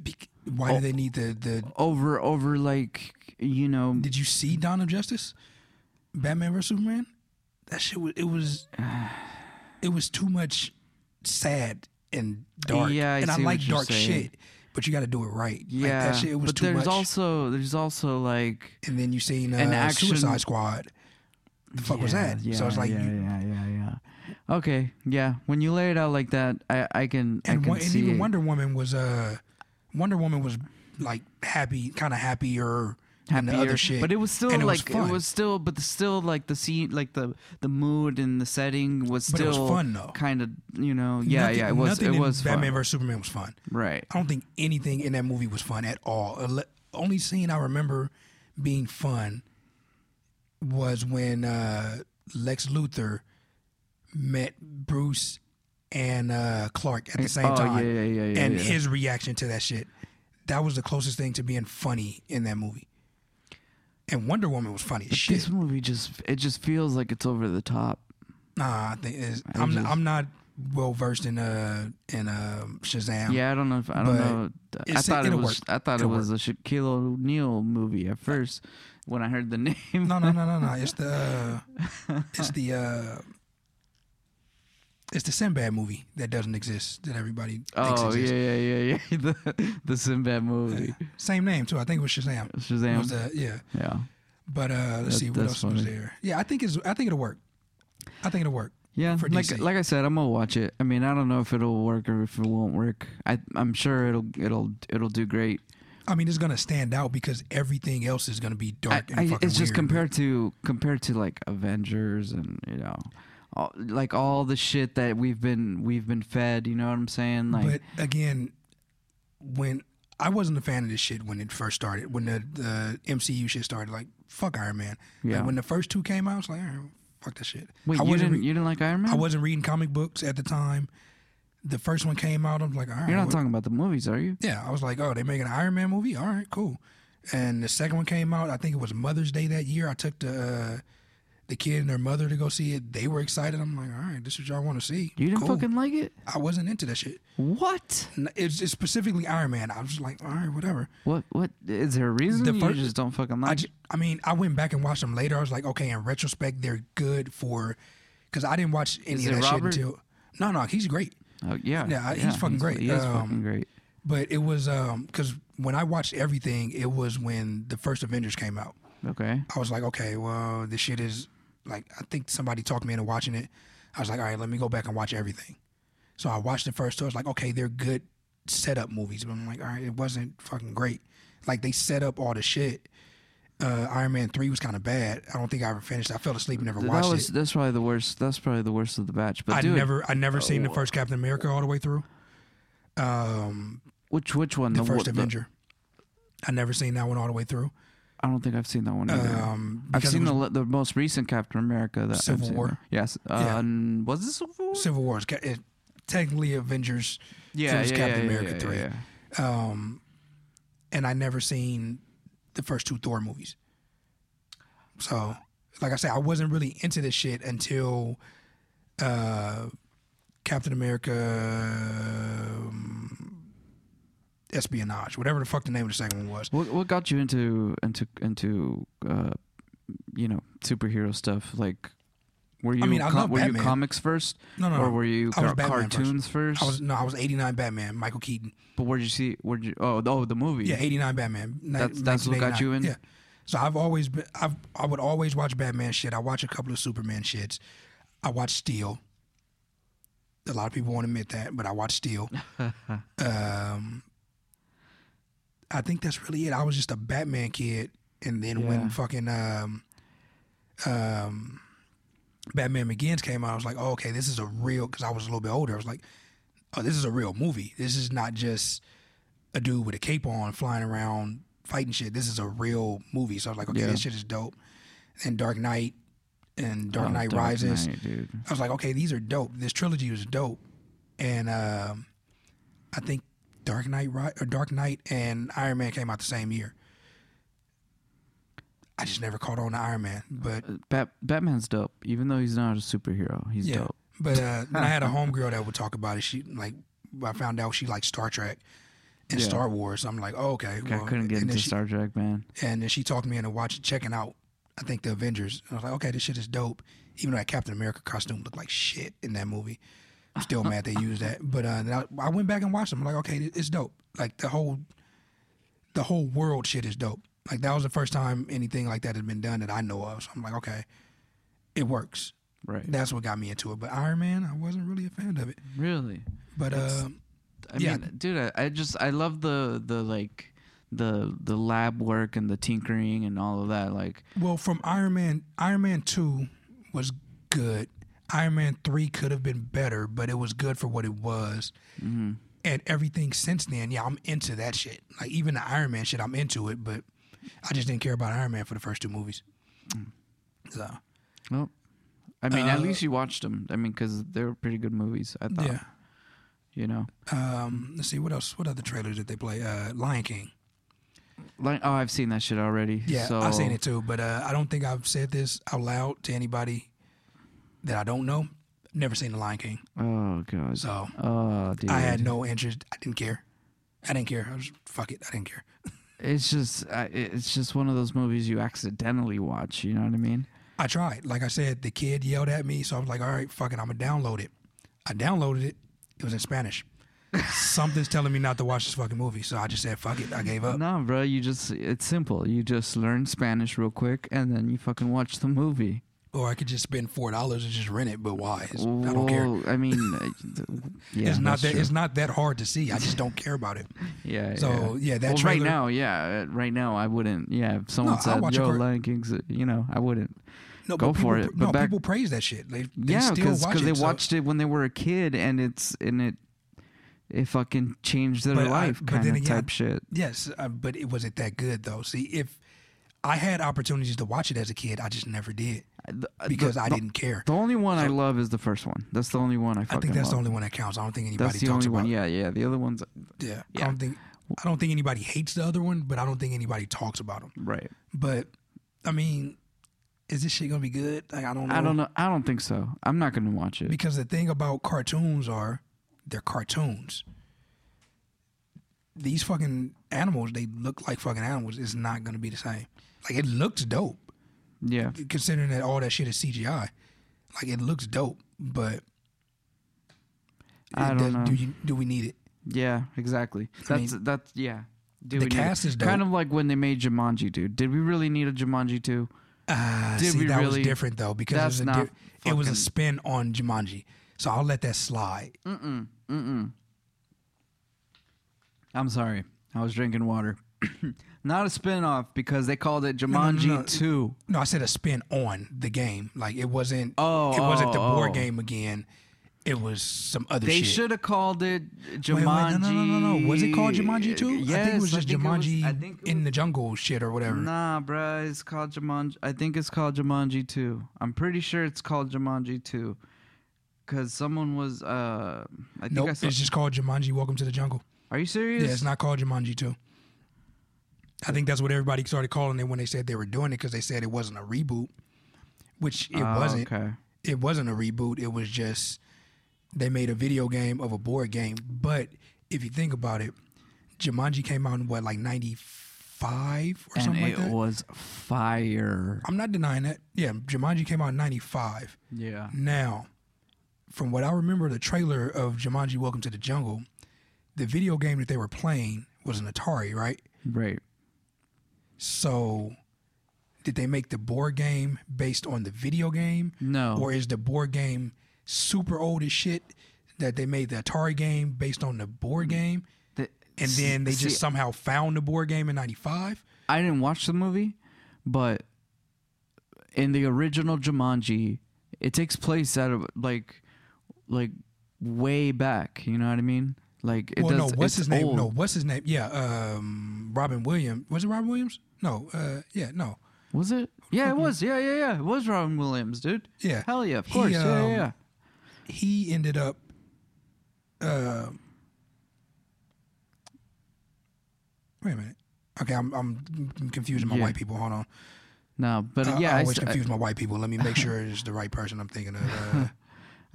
Bec- Why
oh.
do they need the the?
Over over like you know.
Did you see Dawn of Justice, Batman vs Superman? That shit was it
<sighs>
was it was too much sad and dark.
Yeah, I
and I
see
like
what you're
dark
saying.
shit, but you got to do it right.
yeah,
like, that shit it was
but
too
there's
much.
also there's also like
and then you seen uh,
an action-
Suicide Squad. The fuck was
Yeah,
that? so it's like
yeah,
you,
yeah, yeah, yeah. Okay, yeah. When you lay it out like that, I I can I
and,
can
one, and
see
even
it.
Wonder Woman was uh Wonder Woman was like happy, kind of happier. than the other shit.
But it was still
And it was
like
fun.
it was still, but the- still like the scene, like the the mood and the setting was
But it
still
was fun, though.
Kind of, you know, yeah,
Nothing-
yeah. It was
nothing
it
in
was
Batman
fun.
vs Superman was fun.
right.
I don't think anything in that movie was fun at all. Ele- Only scene I remember being fun was when uh, Lex Luthor met Bruce and uh, Clark at the same
oh,
time,
yeah, yeah, yeah, yeah,
and
yeah.
his reaction to that shit. That was the closest thing to being funny in that movie. And Wonder Woman was funny as shit.
This movie just it just feels like it's over the top.
Nah, I think it's, I'm
just-
I'm not well versed in uh in um Shazam.
Yeah, I don't know. If, I don't
But
know. I
it's-
thought it
it'll
was.
work.
I thought it
It'll
was a Shaquille O'Neal movie at first when I heard the <laughs> name.
No, no, no, no, no. It's
<laughs>
the uh, it's the uh, it's the Sinbad movie that doesn't exist that everybody thinks
oh yeah,
exists. Uh,
yeah, yeah, yeah. <laughs> The the Sinbad movie,
Same name too. I think it was Shazam. It
Shazam.
was the, yeah.
yeah.
But uh, let's
That-
see what
that's
else was
funny.
there. Yeah, I think it's I think it'll work. I think it'll work.
Yeah,
for
like
DC.
like I said, I'm gonna watch it. I mean, I don't know if it'll work or if it won't work. I I'm sure it'll it'll it'll do great.
I mean, it's gonna stand out because everything else is gonna be
I,
dark and
I, it's
fucking
just
weird.
compared to compared to like Avengers and you know, all, like all the shit that we've been we've been fed. You know what I'm saying? Like
but again, when I wasn't a fan of this shit when it first started, when the, the MCU shit started, like fuck Iron Man. Like,
Yeah.
when the first two came out, I was like, "Eh, fuck that shit.
wait,
I
you
wasn't
didn't
re-
you didn't like Iron Man?
I wasn't reading comic books at the time. The first one came out, I'm like, all right,
You're not
what-
talking about the movies, are you?
yeah. I was like, oh, they making an Iron Man movie. All right, cool. And the second one came out. I think it was Mother's Day that year. I took the uh, the kid and their mother to go see it. They were excited. I'm like, all right, this is what y'all want to see.
You didn't
Cool.
fucking like it.
I wasn't into that shit.
What?
N- It's, it's specifically Iron Man. I was like, all right, whatever.
What? What? Is there a reason
The
you
first-
just don't fucking
I
like?
ju- I mean, I went back and watched them later. I was like, okay, in retrospect, they're good for because I didn't watch any
Is
of
it
that
Robert?
shit until. No, no, he's great,
it? Oh, yeah,
Yeah, he's fucking great.
He is
Um,
fucking great.
but it was um because when I watched everything, it was when the first Avengers came out.
Okay.
I was like, okay, well, this shit is like I think somebody talked me into watching it. I was like, all right, let me go back and watch everything. So I watched the first two. I was like, okay, they're good setup movies, but I'm like, all right, it wasn't fucking great. Like they set up all the shit. Uh, Iron Man three was kind of bad. I don't think I ever finished. it. I fell asleep, and never
Th- that
watched
was
it.
that's probably the worst. That's probably the worst of the batch. But
I
dude,
never, I
Oh,
never seen the first Captain America all the way through. Um,
which which one?
the,
wo-
first Avenger. I never seen that one all the way through.
I don't think I've seen that one. either.
Um,
I've
because it
seen
was-
the le- the most recent Captain America. That I've
Civil
seen.
War.
Yes. Uh,
Yeah.
n- Was it Civil War?
Civil War. is ca- it- technically, Avengers.
yeah,
was
yeah,
Captain
yeah,
America
yeah,
three.
yeah.
um, and I never seen the first two Thor movies. So, like I said, I wasn't really into this shit until uh, Captain America um, espionage, whatever the fuck the name of the second one was.
What what got you into into into uh, you know superhero stuff? Like, were you
mean, I love
were you
Batman.
comics first,
No, no,
or
no.
were you
I was
ca-
Batman first.
cartoons first?
I was no, I was eighty nine Batman, Michael Keaton.
but where'd you see? Where'd you? Oh, the- oh, the movie.
Yeah, eighty nine Batman. ni-
That's- that's what got you
1989.
in?
Yeah. So I've always been. I've I would always watch Batman shit. I watch a couple of Superman shits. I watch Steel. A lot of people won't admit that, but I watch
<laughs>
Steel. um, I think that's really it. I was just a Batman kid, and then
Yeah.
when fucking um, um, Batman Begins came out, I was like, oh, okay, this is a real. Because I was a little bit older, I was like, oh, this is a real movie. This is not just a dude with a cape on flying around fighting shit. This is a real movie. So I was like, okay,
Yeah.
this shit is dope. And Dark Knight and Dark
Oh,
Knight
Dark
Rises.
Knight, dude.
I was like, okay, these are dope. This trilogy was dope. And um, I think Dark Knight Ri- or Dark Knight and Iron Man came out the same year. I just never caught on to Iron Man, but
Uh, Bat- Batman's dope. Even though he's not a superhero, he's
yeah.
dope.
But uh,
<laughs>
then I had a homegirl that would talk about it. She like I found out she liked Star Trek and
Yeah.
Star Wars. I'm like, oh, okay.
I couldn't get
and then
into
she-
Star Trek, man.
and then she talked me into watching checking out I think the Avengers. And I was like, okay, this shit is dope. Even though that Captain America costume looked like shit in that movie, I'm still mad they used that. But uh, then I, I went back and watched them. I'm like, okay, it's dope. Like the whole the whole world shit is dope. Like that was the first time anything like that had been done that I know of. So I'm like, okay, it works.
Right.
That's what got me into it. But Iron Man, I wasn't really a fan of it.
Really?
But
That's-
um,
I
Yeah.
mean, dude, I, I just I love the the like the the lab work and the tinkering and all of that. Like,
Well, from Iron Man, Iron Man 2 was good. Iron Man 3 could have been better, but it was good for what it was.
Mm-hmm.
And everything since then, yeah, I'm into that shit. Like, even the Iron Man shit, I'm into it, but I just didn't care about Iron Man for the first two movies. So,
well, I mean, at
Uh,
least you watched them. I mean, because they were pretty good movies. I thought.
yeah.
You know,
Um, let's see, what else? What other trailer did they play? Uh, Lion King.
like oh, I've seen that shit already.
Yeah,
so,
I've seen it too, but uh, I don't think I've said this out loud to anybody that I don't know. Never seen The Lion King.
Oh god.
So,
oh, dude.
I had no interest. I didn't care. I didn't care. I was fuck it. I didn't care.
It's just I, it's just one of those movies you accidentally watch. You know what I mean?
I tried. Like I said, the kid yelled at me, so I was like, "All right, fuck it. I'm gonna download it." I downloaded it. It was in
<laughs>
Spanish. Something's telling me not to watch this fucking movie, so I just said, "Fuck it." I gave up.
No, bro. You just it's simple. You just learn Spanish real quick, and then you fucking watch the movie.
or I could just spend four dollars and just rent it. But why? It's- I don't care.
Well, I
<laughs>
mean, uh, yeah,
it's not
that's
that
true.
it's not that hard to see. I just don't care about it.
Yeah.
So, yeah, that
well, right
trailer-
now, yeah, uh, right now I wouldn't. Yeah, if someone
No, I'll
said,
watch a
"Yo,
cart-
Lion King's," uh, you know, I wouldn't.
No,
Go
but
for
people-
it, but
no,
back-
people praise that shit. They, they
yeah,
still
because
watch it.
they
so-
watched it when they were a kid, and it's and it it fucking changed their
But I-
life,
but
kind
then
of
again-
type shit.
Yes, uh, but it wasn't that good though. See, if I had opportunities to watch it as a kid, I just never did
The- Uh, the-
because I uh,
the-
didn't care.
The only one I love is the first one. That's the only one I
I
fucking
think that's the
love.
only one that counts. I don't think anybody
That's the
talks
only
about.
one. Yeah, yeah. The other ones,
Yeah.
Yeah.
I don't think I don't think anybody hates the other one, but I don't think anybody talks about them.
right?
But I mean, is this shit gonna be good? Like, I don't know.
I don't know. I don't think so. I'm not gonna watch it.
Because the thing about cartoons are they're cartoons. These fucking animals, they look like fucking animals. It's not gonna be the same. Like it looks dope,
Yeah,
considering that all that shit is CGI. Like it looks dope, but
I
it
don't
does-
know.
do you do we need it?
yeah, exactly.
I
That's that's yeah. Do
The
we need it?
cast is dope.
kind of like when they made Jumanji, dude. Did we really need a Jumanji two?
Ah,
Did
see,
we
that
really-
was different though because
That's
it, was a
not
di- it was a
fucking-
spin on Jumanji, so I'll let that slide.
I'm sorry, I was drinking water. <coughs> not a spin-off because they called it Jumanji
no.
two.
No, I said a spin on the game. Like it wasn't.
Oh,
it wasn't the
oh,
board
oh.
game again. It was some other
They
shit.
should have called it
Wait, wait,
Jumanji.
no, no, no, no, no. Was it called Jumanji too?
Yes,
I think it was just
it was-
Jumanji
I think it
in
was-
the jungle shit or whatever.
Nah, bruh, it's called Jumanji. I think it's called Jumanji 2. I'm pretty sure it's called Jumanji 2. Because someone was, uh, I think
nope,
I
it's
saw.
just called Jumanji. Welcome to the jungle.
Are you serious?
Yeah, it's not called Jumanji too. I think that's what everybody started calling it when they said they were doing it because they said it wasn't a reboot, which it
Oh,
wasn't.
Okay.
it wasn't a reboot. It was just they made a video game of a board game. But if you think about it, Jumanji came out in what like '95 or
And
something like
it
that.
was fire.
I'm not denying that. Yeah, Jumanji came out in '95.
Yeah.
Now, from what I remember, the trailer of Jumanji: Welcome to the Jungle, the video game that they were playing was an Atari, right?
Right.
So, did they make the board game based on the video game?
No.
Or is the board game super old as shit that they made the Atari game based on the board game?
The-
And then they
Mm. see,
just somehow found the board game in 95?
I didn't watch the movie, but in the original Jumanji, it takes place at a, like, like way back. You know what I mean? Like, it
well,
does.
no, what's
it's
his name?
Old.
No, what's his name? Yeah, um, Robin Williams. Was it Robin Williams? No, uh, yeah, no.
Was it? Yeah, it was. Yeah, yeah, yeah. It was Robin Williams, dude.
Yeah.
Hell yeah, of
He,
course. yeah, yeah,
um,
yeah.
He ended up. Uh, wait a minute. Okay, I'm, I'm I'm confusing my
Yeah.
white people. Hold on.
No, but
I-
yeah,
I
I,
always
st-
confuse my white people. Let me make sure it's the right person I'm thinking of.
<laughs>
Uh,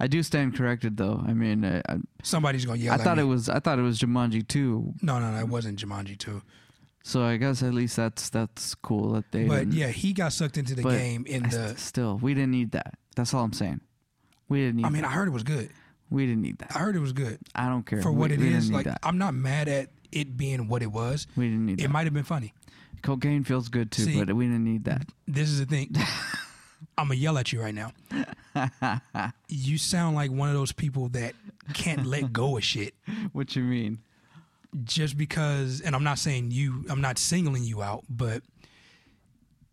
I do stand corrected though. I mean, I, I,
somebody's gonna yell
I
at
thought
me.
it was I thought it was Jumanji too.
No, no, no, it wasn't Jumanji too.
So I guess at least that's that's cool that they.
But
didn't-
yeah, he got sucked into the
But
game in
I st-
the.
still, we didn't need that. That's all I'm saying. We didn't need.
I mean,
that.
I heard it was good.
we didn't need that.
I heard it was good
I don't care
for what
we,
it
we
is.
Didn't need
Like,
that.
I'm not mad at it being what it was.
we didn't need
It
that.
might have been funny.
Cocaine feels good too,
See-
but we didn't need that. <laughs>
This is the thing. I'm gonna yell at you right now. you sound like one of those people that can't let go of shit
What you mean?
just because. And I'm not saying you. I'm not singling you out, but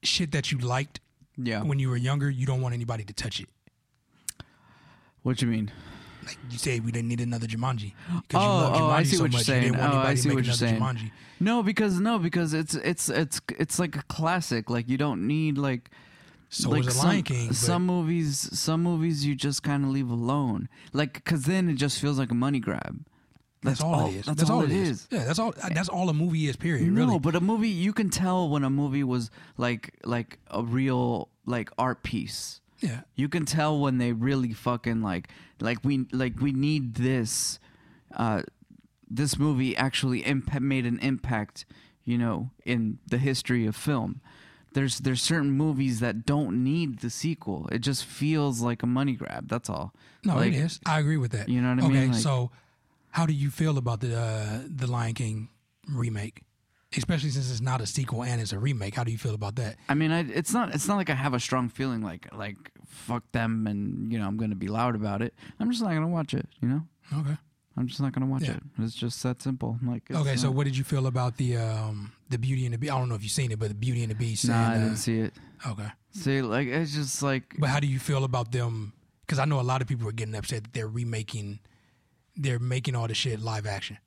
shit that you liked
Yeah.
when you were younger, you don't want anybody to touch it.
What you mean?
Like you say, we didn't need another Jumanji because you
Oh,
love Jumanji
oh, I see
so
what
much.
you're
You
saying.
didn't want
Oh, I
anybody
see
to
what
make
you're
another
saying.
Jumanji.
No, because no, because it's it's it's it's like a classic. Like you don't need like
So
like
was the
some,
Lion King. But
Some movies, some movies you just kind of leave alone. Like because then it just feels like a money grab.
that's, all it is.
oh, That's, all, it is.
Yeah, that's all. That's all a movie is. Period.
No,
Really.
but a movie you can tell when a movie was like like a real like art piece.
Yeah.
You can tell when they really fucking like like we like we need this uh this movie actually imp- made an impact, you know, in the history of film. There's there's certain movies that don't need the sequel. It just feels like a money grab. That's all.
No,
Like,
it is. I agree with that.
You know what I
okay,
mean? Like-
so how do you feel about the uh, the Lion King remake? especially since it's not a sequel and it's a remake. How do you feel about that?
I mean, I, it's not it's not like I have a strong feeling like like fuck them and you know I'm gonna be loud about it. I'm just not gonna watch it. You know,
Okay.
I'm just not gonna watch
Yeah.
it. It's just that simple. Like it's
Okay, so
not-
what did you feel about the um the Beauty and the Beast? I don't know if you've seen it, but the Beauty and the Beast.
nah, I
and, uh,
didn't see it.
okay,
See, like it's just like
but how do you feel about them? Because I know a lot of people are getting upset that they're remaking, they're making all the shit live action.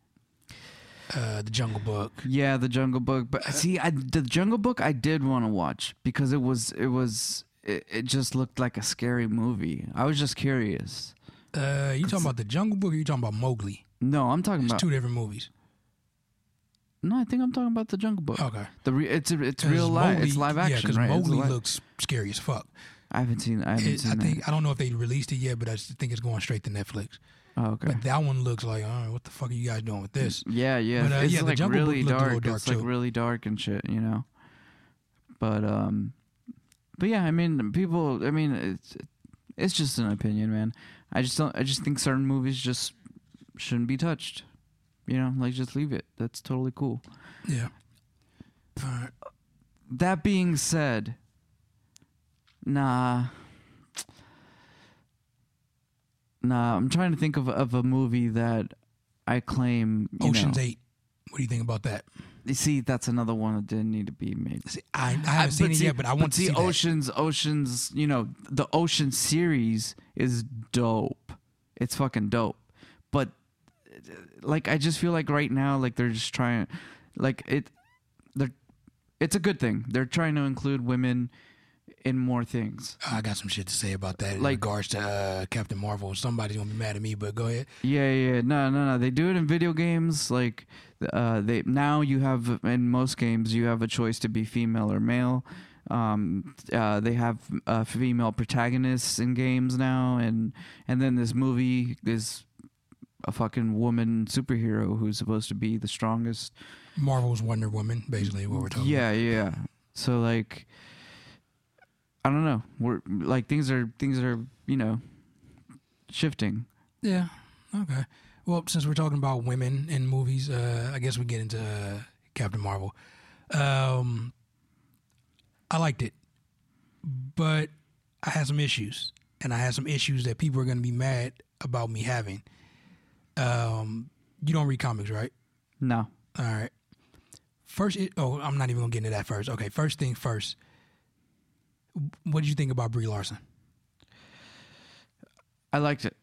Uh, the Jungle Book.
yeah, the Jungle Book.
Uh,
But see, I the Jungle Book I did want to watch because it was it was it, it just looked like a scary movie. I was just curious.
Uh, you talking about the Jungle Book? or You talking about Mowgli?
No, I'm talking
It's
about
two different movies.
no. I think I'm talking about the Jungle Book.
Okay,
The re, it's it's
Oh. 'Cause
real life. It's
Mowgli-
live
Yeah,
action,
because
right? It's
Mowgli
li-
looks scary as fuck.
I haven't seen. I haven't
It-
seen
I think
It.
I don't know if they released it yet, but I just think it's going straight to Netflix.
Oh, okay.
But that one looks like, all right, what the fuck are you guys doing with this?
Yeah, yeah.
But, uh,
it's
yeah, the
like
Jungle Book
really
looked a
dark.
little dark,
It's like
too.
really dark and shit, you know. But um but yeah, I mean people I mean it's it's just an opinion, man. I just don't I just think certain movies just shouldn't be touched. You know, like just leave it. That's totally cool.
Yeah. All right.
That being said, nah. Nah, I'm trying to think of of a movie that I claim you
Ocean's
know,
Eight. What do you think about that?
You see, that's another one that didn't need to be made.
See, I, I
<sighs>
haven't
but
seen it
see-
yet, but I
but
want to see, that.
Oceans. Oceans, you know, the Ocean series is dope. It's fucking dope. But uh, like, I just feel like right now, like they're just trying, like it, they're, it's a good thing. They're trying to include women in more things.
I got some shit to say about that in
Like-
regards to uh, Captain Marvel. Somebody's gonna be mad at me, but go ahead.
Yeah, yeah, no, no, no. They do it in video games. Like, uh, they now you have in most games you have a choice to be female or male. Um, uh, they have uh, female protagonists in games now, and and then this movie is a fucking woman superhero who's supposed to be the strongest.
Marvel's Wonder Woman, basically what we're talking.
yeah, yeah. So like, I don't know. We're like things are things are you know shifting.
about. Yeah. Okay. Well, since we're talking about women in movies, uh, I guess we get into uh, Captain Marvel. Um, I liked it, but I had some issues, and I had some issues that people are gonna be mad about me having. Um, you don't read comics, right?
No.
All right. First, it, oh, I'm not even gonna get into that first. Okay, first thing first. What did you think about Brie Larson?
I liked it.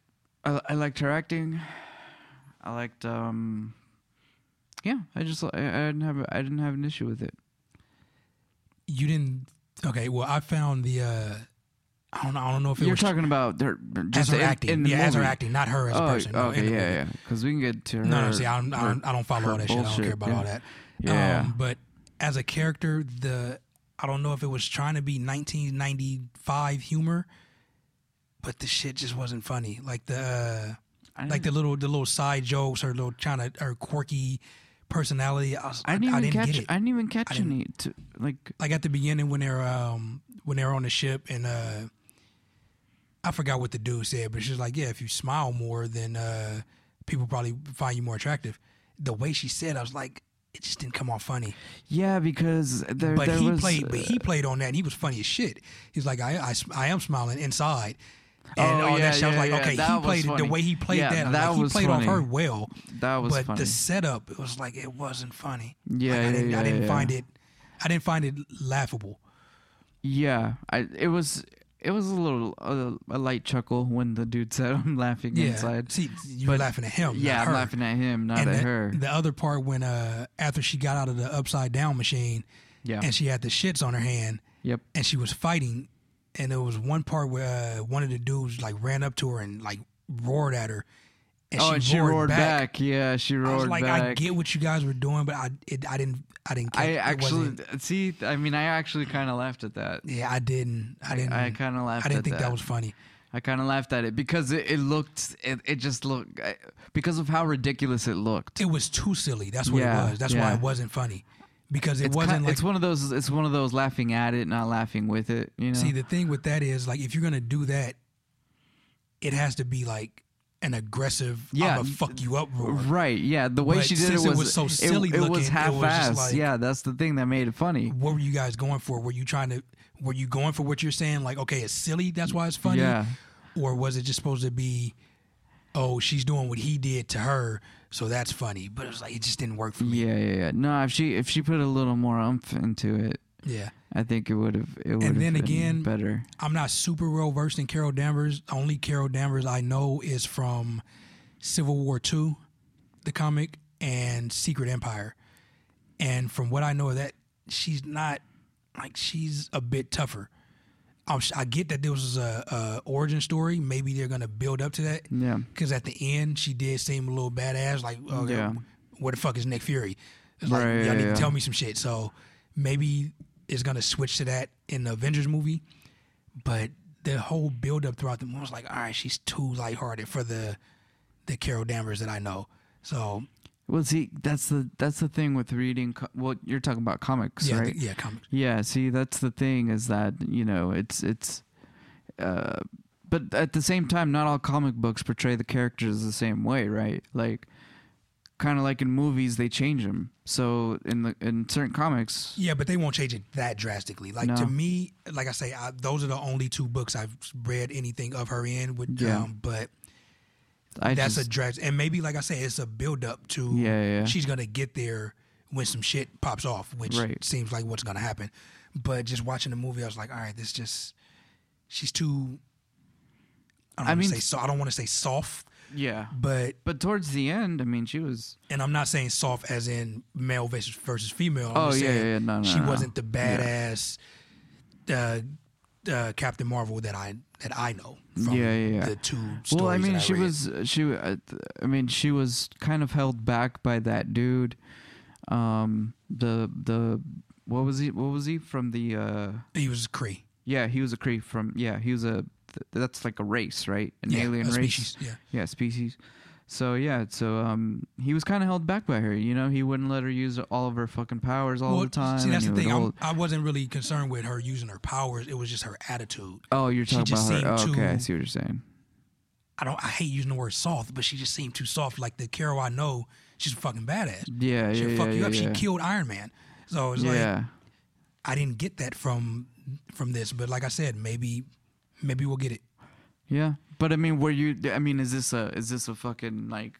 I, I liked her acting. I liked um yeah, I just I, I didn't have I didn't have an issue with it.
You didn't. Okay, well, I found the. uh I don't know. I don't know if it
You're
was
talking about her
as
just
her
in,
acting.
in the
yeah, as her
movie.
acting, not her as a
oh,
person. no, in
okay,
the
yeah,
movie.
yeah. Cuz we can get to her.
No, no. See, I don't. I don't, I don't follow
her
all that shit. I don't
bullshit,
care about
yeah.
all that.
Yeah.
Um, but as a character, the I don't know if it was trying to be 1995 humor, but the shit just wasn't funny. Like the. Uh,
I
like the
didn't-
little the little side jokes, her little trying to her quirky personality. I, was,
I didn't even catch
get it.
I didn't even catch
I didn't-
any to, like
like at the beginning when they're um when they're on the ship and uh I forgot what the dude said, but she's like, yeah, if you smile more, then uh people probably find you more attractive. The way she said, I was like, it just didn't come off funny.
yeah because there
But
there
he
was uh,
played, but he played on that, and he was funny as shit. He's like, I, I, sm- I am smiling inside, and
Oh,
all
yeah,
that shit. I was
yeah,
like,
yeah,
okay,
that
he
was
played it the
funny.
way he played
Yeah,
that. I was
that
like, he
was
played off
funny.
her well
uh, that was
but
funny.
the setup it was like it wasn't funny.
Yeah,
like, I
yeah,
didn't,
yeah,
I didn't
yeah.
find it. I didn't find it laughable.
Yeah, I it was it was a little uh, a light chuckle when the dude said I'm laughing
Yeah,
inside.
see, you're
But-
laughing at him.
yeah,
not
I'm
her.
laughing at him, not
and
at
the,
her.
the other part when uh after she got out of the upside down machine
yeah.
and she had the shits on her hand
yep.
and she was fighting and there was one part where uh, one of the dudes like ran up to her and like roared at her. And
oh,
she
and she
roared, back.
Yeah, she roared
I was like,
back.
I get what you guys were doing, but I it, I didn't I didn't. Catch,
I
it
actually
wasn't-
see. I mean, I actually kind of laughed at that.
yeah, I didn't I didn't
I kind of laughed.
I didn't
at
think that.
that
was funny.
I kind of laughed at it because it, it looked. It, it just looked I, because of how ridiculous it looked.
It was too silly. That's what
Yeah,
it was. That's why
yeah.
it wasn't funny because it
it's
wasn't
ki-
like.
it's one of those. It's one of those laughing at it, not laughing with it. You know.
see, the thing with that is like if you're gonna do that, it has to be like an aggressive
Yeah.
"I'ma fuck you up" roar.
Uh, Right, yeah. The way
But
she did it
since
was,
it was so silly
It, it
looking,
was
it
half
was just
assed.
like-
yeah, that's the thing that made it funny.
What were you guys going for? Were you trying to? Were you going for what you're saying? Like, okay, it's silly. That's why it's funny.
Yeah.
Or was it just supposed to be? Oh, she's doing what he did to her, so that's funny. But it was like it just didn't work for me.
Yeah, yeah, yeah. No, if she if she put a little more umph into it,
Yeah.
I think it would have it would
then
been
again-
better.
I'm not super well versed in Carol Danvers. The only Carol Danvers I know is from Civil War II, the comic, and Secret Empire. And from what I know of that, she's not like she's a bit tougher. I'm, sh- I get that this was a, a origin story. Maybe they're gonna build up to that.
Yeah.
Because at the end, she did seem a little badass. Like, oh,
Yeah.
where the fuck is Nick Fury? It's like,
Right,
y'all
yeah,
need
yeah.
to tell me some shit. So maybe it's gonna switch to that in the Avengers movie. But the whole build up throughout the movie was like, all right, she's too lighthearted for the the Carol Danvers that I know. So
Well, see, that's the that's the thing with reading. Co- well, you're talking about comics,
yeah,
right?
th- yeah, comics.
Yeah, see, that's the thing is that you know it's it's, uh, but at the same time, not all comic books portray the characters the same way, right? Like, kind of like in movies, they change them. So in the in certain comics,
Yeah, but they won't change it that drastically. Like to
No.
me, like I say, I, those are the only two books I've read anything of her in. With
Yeah.
um, but
I
that's
just,
a drastic, and maybe like I say, it's a build up to
Yeah, yeah.
she's gonna get there when some shit pops off, which
Right.
seems like what's gonna happen. But just watching the movie, I was like, all right, this just she's too. I don't
I
want
mean-
to say so. I don't want to say soft,
yeah.
but
But towards the end, I mean, she was
and I'm not saying soft as in male versus versus female. I'm
Oh,
just
yeah,
saying
yeah, no, no,
she
no.
wasn't the badass uh, uh, Captain Marvel that I that I know. From
Yeah, yeah, yeah.
The two.
Well,
stories
I
that
mean, she
read.
was she. uh, th- I mean, she was kind of held back by that dude. Um, the the what was he? What was he from the? uh
He was Cree.
Yeah, he was a Cree from. Yeah, he was a. Th- that's like a race, right? An
Yeah,
alien
a
race.
species, yeah.
Yeah, species. So yeah, so um, he was kind of held back by her. You know, he wouldn't let her use all of her fucking powers all
Well,
the time.
See, that's the
and he
thing.
would
I'm, I
hold-
wasn't really concerned with her using her powers. It was just her attitude.
oh, you're
she
talking
just
about her. Oh,
seemed
okay, I
too-
see what you're saying.
I don't. I hate using the word soft, but she just seemed too soft. Like the Carol I know, she's a fucking badass.
Yeah,
She'll
yeah,
fuck
yeah,
you
yeah,
up.
yeah.
She killed Iron Man. So it's like
yeah.
I didn't get that from from this, but like I said, maybe maybe we'll get it.
Yeah, but I mean, were you? I mean, is this a is this a fucking like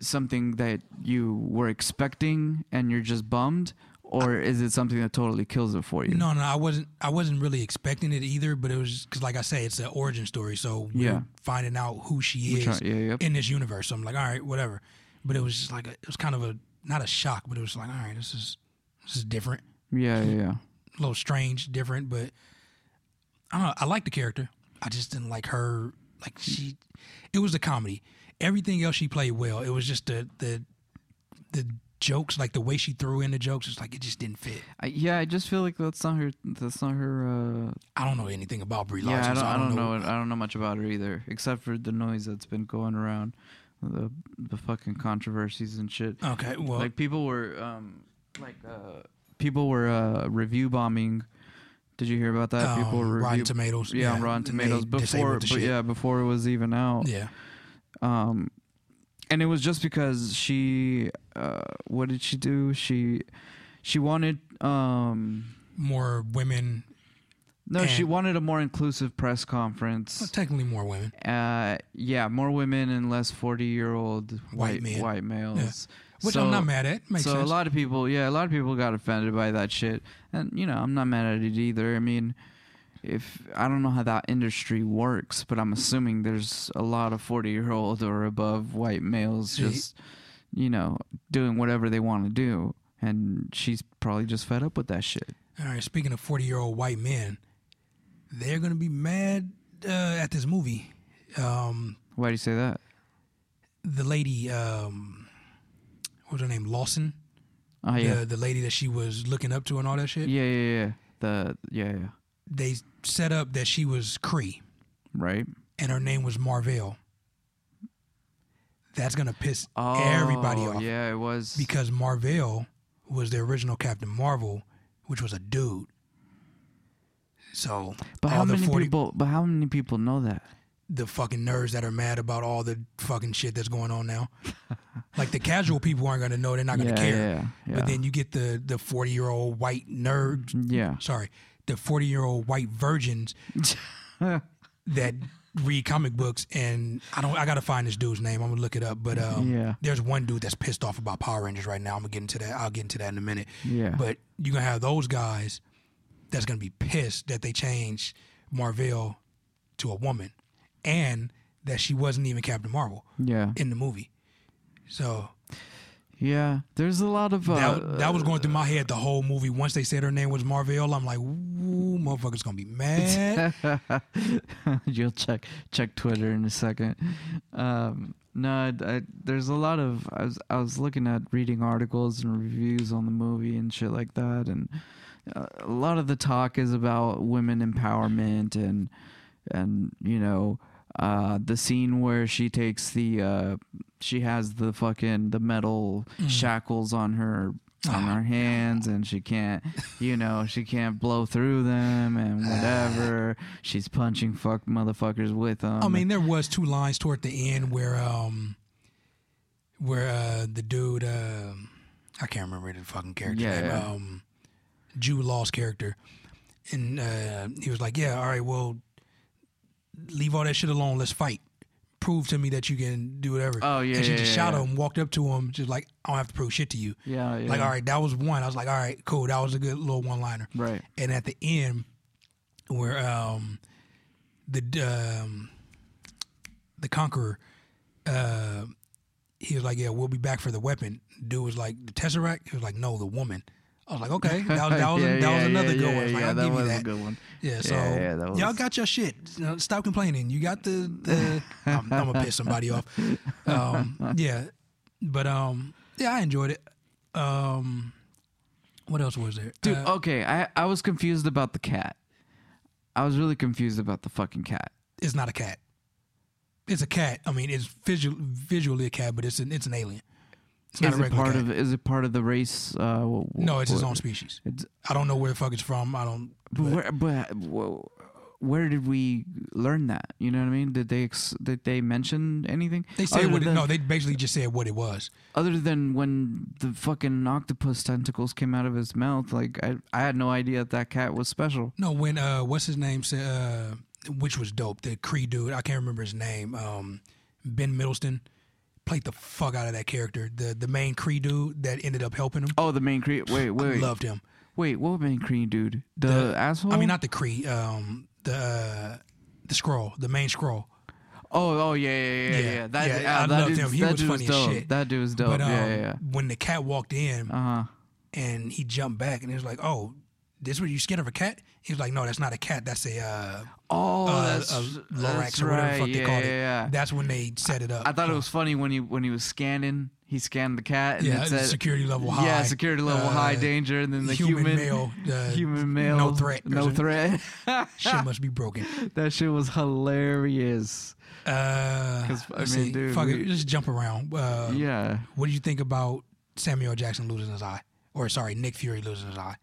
something that you were expecting and you're just bummed, or is it something that totally kills it for you?
No, no, I wasn't. I wasn't really expecting it either. But it was because, like I said, it's an origin story. So we're
Yeah.
finding out who she is
try- yeah, yep.
in this universe. So I'm like, all right, whatever. But it was just like a, it was kind of a not a shock, but it was like, all right, this is this is different,
Yeah, yeah, yeah.
a little strange, different. But I don't know. I like the character. I just didn't like her. Like she, it was a comedy. Everything else she played well. It was just the the the jokes, like the way she threw in the jokes. It's like it just didn't fit.
I, yeah, I just feel like that's not her. That's not her. Uh,
I don't know anything about Brie Larson.
yeah, I don't,
so
I don't know. it- I don't know much about her either, except for the noise that's been going around, the the fucking controversies and shit.
Okay, well,
like people were um like uh people were uh review bombing did you hear about that uh, people
um,
were
Rotten
review-
Tomatoes.
yeah, on Rotten
they
Tomatoes before
disabled the
but
shit.
yeah before it was even out
yeah.
um and it was just because she uh what did she do she she wanted um
More women,
no she
And-
wanted a more inclusive press
well,
conference
technically more women.
uh yeah more women and less 40 year old
White
white
men.
white males
Which
So-
I'm not mad at. Makes
so
sense.
a lot of people, yeah, a lot of people got offended by that shit, and you know, I'm not mad at it either. I mean, if I don't know how that industry works, but I'm assuming there's a lot of 40 year old or above white males
Yeah.
just, you know, doing whatever they want to do, and she's probably just fed up with that shit.
All right. Speaking of 40 year old white men, they're gonna be mad uh, at this movie. Um,
Why do you say that?
the lady, um, what was her name? Lawson.
Oh yeah,
The, the lady that she was looking up to and all that shit.
yeah, yeah, yeah. The yeah, yeah,
They set up that she was Cree
right.
and her name was Marvell. That's gonna piss
Oh,
everybody off.
Yeah, it was
because Marvell was the original Captain Marvel, which was a dude. So,
But
all
how
the
many
40
people? But how many people know that?
the fucking nerds that are mad about all the fucking shit that's going on
<laughs>
now. like the casual people aren't gonna know, they're not gonna
yeah,
care.
yeah, yeah.
But then you get the the forty year old white nerd
yeah.
sorry, the 40 year old white virgins
<laughs>
that read comic books. And I don't, I gotta find this dude's name. I'm gonna look it up. But um,
Yeah.
there's one dude that's pissed off about Power Rangers right now. I'm gonna get into that. I'll get into that in a minute.
Yeah.
But you're gonna have those guys that's gonna be pissed that they changed Marvel to a woman and that she wasn't even Captain Marvel
yeah.
in the movie. So
Yeah. There's a lot of uh,
that, that was going through my head the whole movie. Once they said her name was Marvel, I'm like, ooh, motherfucker's gonna be
<laughs>
mad.
You'll check check Twitter in a second. Um, no, I, I- there's a lot of I was I was looking at reading articles and reviews on the movie and shit like that, and uh, a lot of the talk is about women empowerment and and you know uh, the scene where she takes the uh, she has the fucking the metal
Mm.
shackles on her on
Oh,
her hands and she can't you know she can't blow through them and
<sighs>
whatever she's punching fuck motherfuckers with them
I mean, there was two lines toward the end where um, where uh, the dude, uh, I can't remember the fucking character,
Yeah,
name,
yeah.
Um, Jew Law's character, and uh, he was like, yeah, all right, well, leave all that shit alone. Let's fight. Prove to me that you can do whatever.
Oh, yeah,
And she
yeah,
just
yeah,
shot
yeah.
him, walked up to him, just like, I don't have to prove shit to you.
yeah, yeah
Like, all right, that was one. I was like, all right, cool. That was a good little one liner.
right
And at the end, where um, the um, the conqueror, uh, he was like, yeah, we'll be back for the weapon. Dude was like, the tesseract. He was like, no, the woman. I was like, okay, that was that was,
<laughs> Yeah,
that was
yeah,
another
yeah,
good
yeah,
one. I was like,
yeah,
I'll
that
give you
was
that.
a good one
Yeah, so
Yeah, yeah, that
y'all
was-
got your shit. You know, Stop complaining. You got the.
<laughs>
the I'm, I'm gonna piss somebody off. Um, yeah, but um, yeah, I enjoyed it. Um, what else was there,
Dude,
Uh,
okay, I, I was confused about the cat. I was really confused about the fucking cat.
it's not a cat. It's a cat. I mean, it's visual, visually a cat, but it's an it's an alien. It's not
is
a
it
regular
part
cat.
of is it part of the race? Uh, wh- wh-
no, it's its
wh-
own species.
It's,
I don't know where the fuck it's from. I don't.
but where, but wh- where did we learn that? You know what I mean? Did they ex, did they mention anything?
They said
Other
what. It,
than,
no, they basically just said what it was.
other than when the fucking octopus tentacles came out of his mouth. Like I I had no idea that that cat was special.
No, when uh, what's his name said, uh, which was dope. The Cree dude, I can't remember his name. Um, ben Middleston played the fuck out of that character. The the main Cree dude that ended up helping him.
Oh, the main Cree. Wait, wait,
Loved him.
wait. What main Cree dude? The, asshole.
I mean, not the Cree. Um, the uh, the scroll, the main scroll.
Oh, oh yeah, yeah, yeah,
Yeah,
yeah. yeah. That,
yeah,
ah,
I
that
loved
dude's,
him. He
that
was
dude's
funny as
dope.
shit.
That dude's dope.
But um,
Oh, yeah, yeah,
when the cat walked in
yeah. Uh huh.
and he jumped back and he was like, "Oh, this what you scared of a cat?" He was like, "No, that's not a cat. That's a uh,
Oh,
uh,
that's,
a Lorax
that's
or whatever the
right.
fuck
yeah,
they called
yeah,
it."
yeah.
That's when they set it up.
I thought it was funny when he when he was scanning. He scanned the cat. And
yeah,
it said,
security level high.
Yeah, security level
uh,
high danger, and then the
human
human,
male, uh,
<laughs> human male,
no threat or
no
something.
threat. <laughs>
Shit must be broken.
that shit was hilarious.
Uh,
<laughs> 'Cause, I
let's
mean,
see.
dude,
fuck
we-
it, just jump around. Uh,
yeah,
What do you think about Samuel Jackson losing his eye? Or sorry, Nick Fury losing his eye.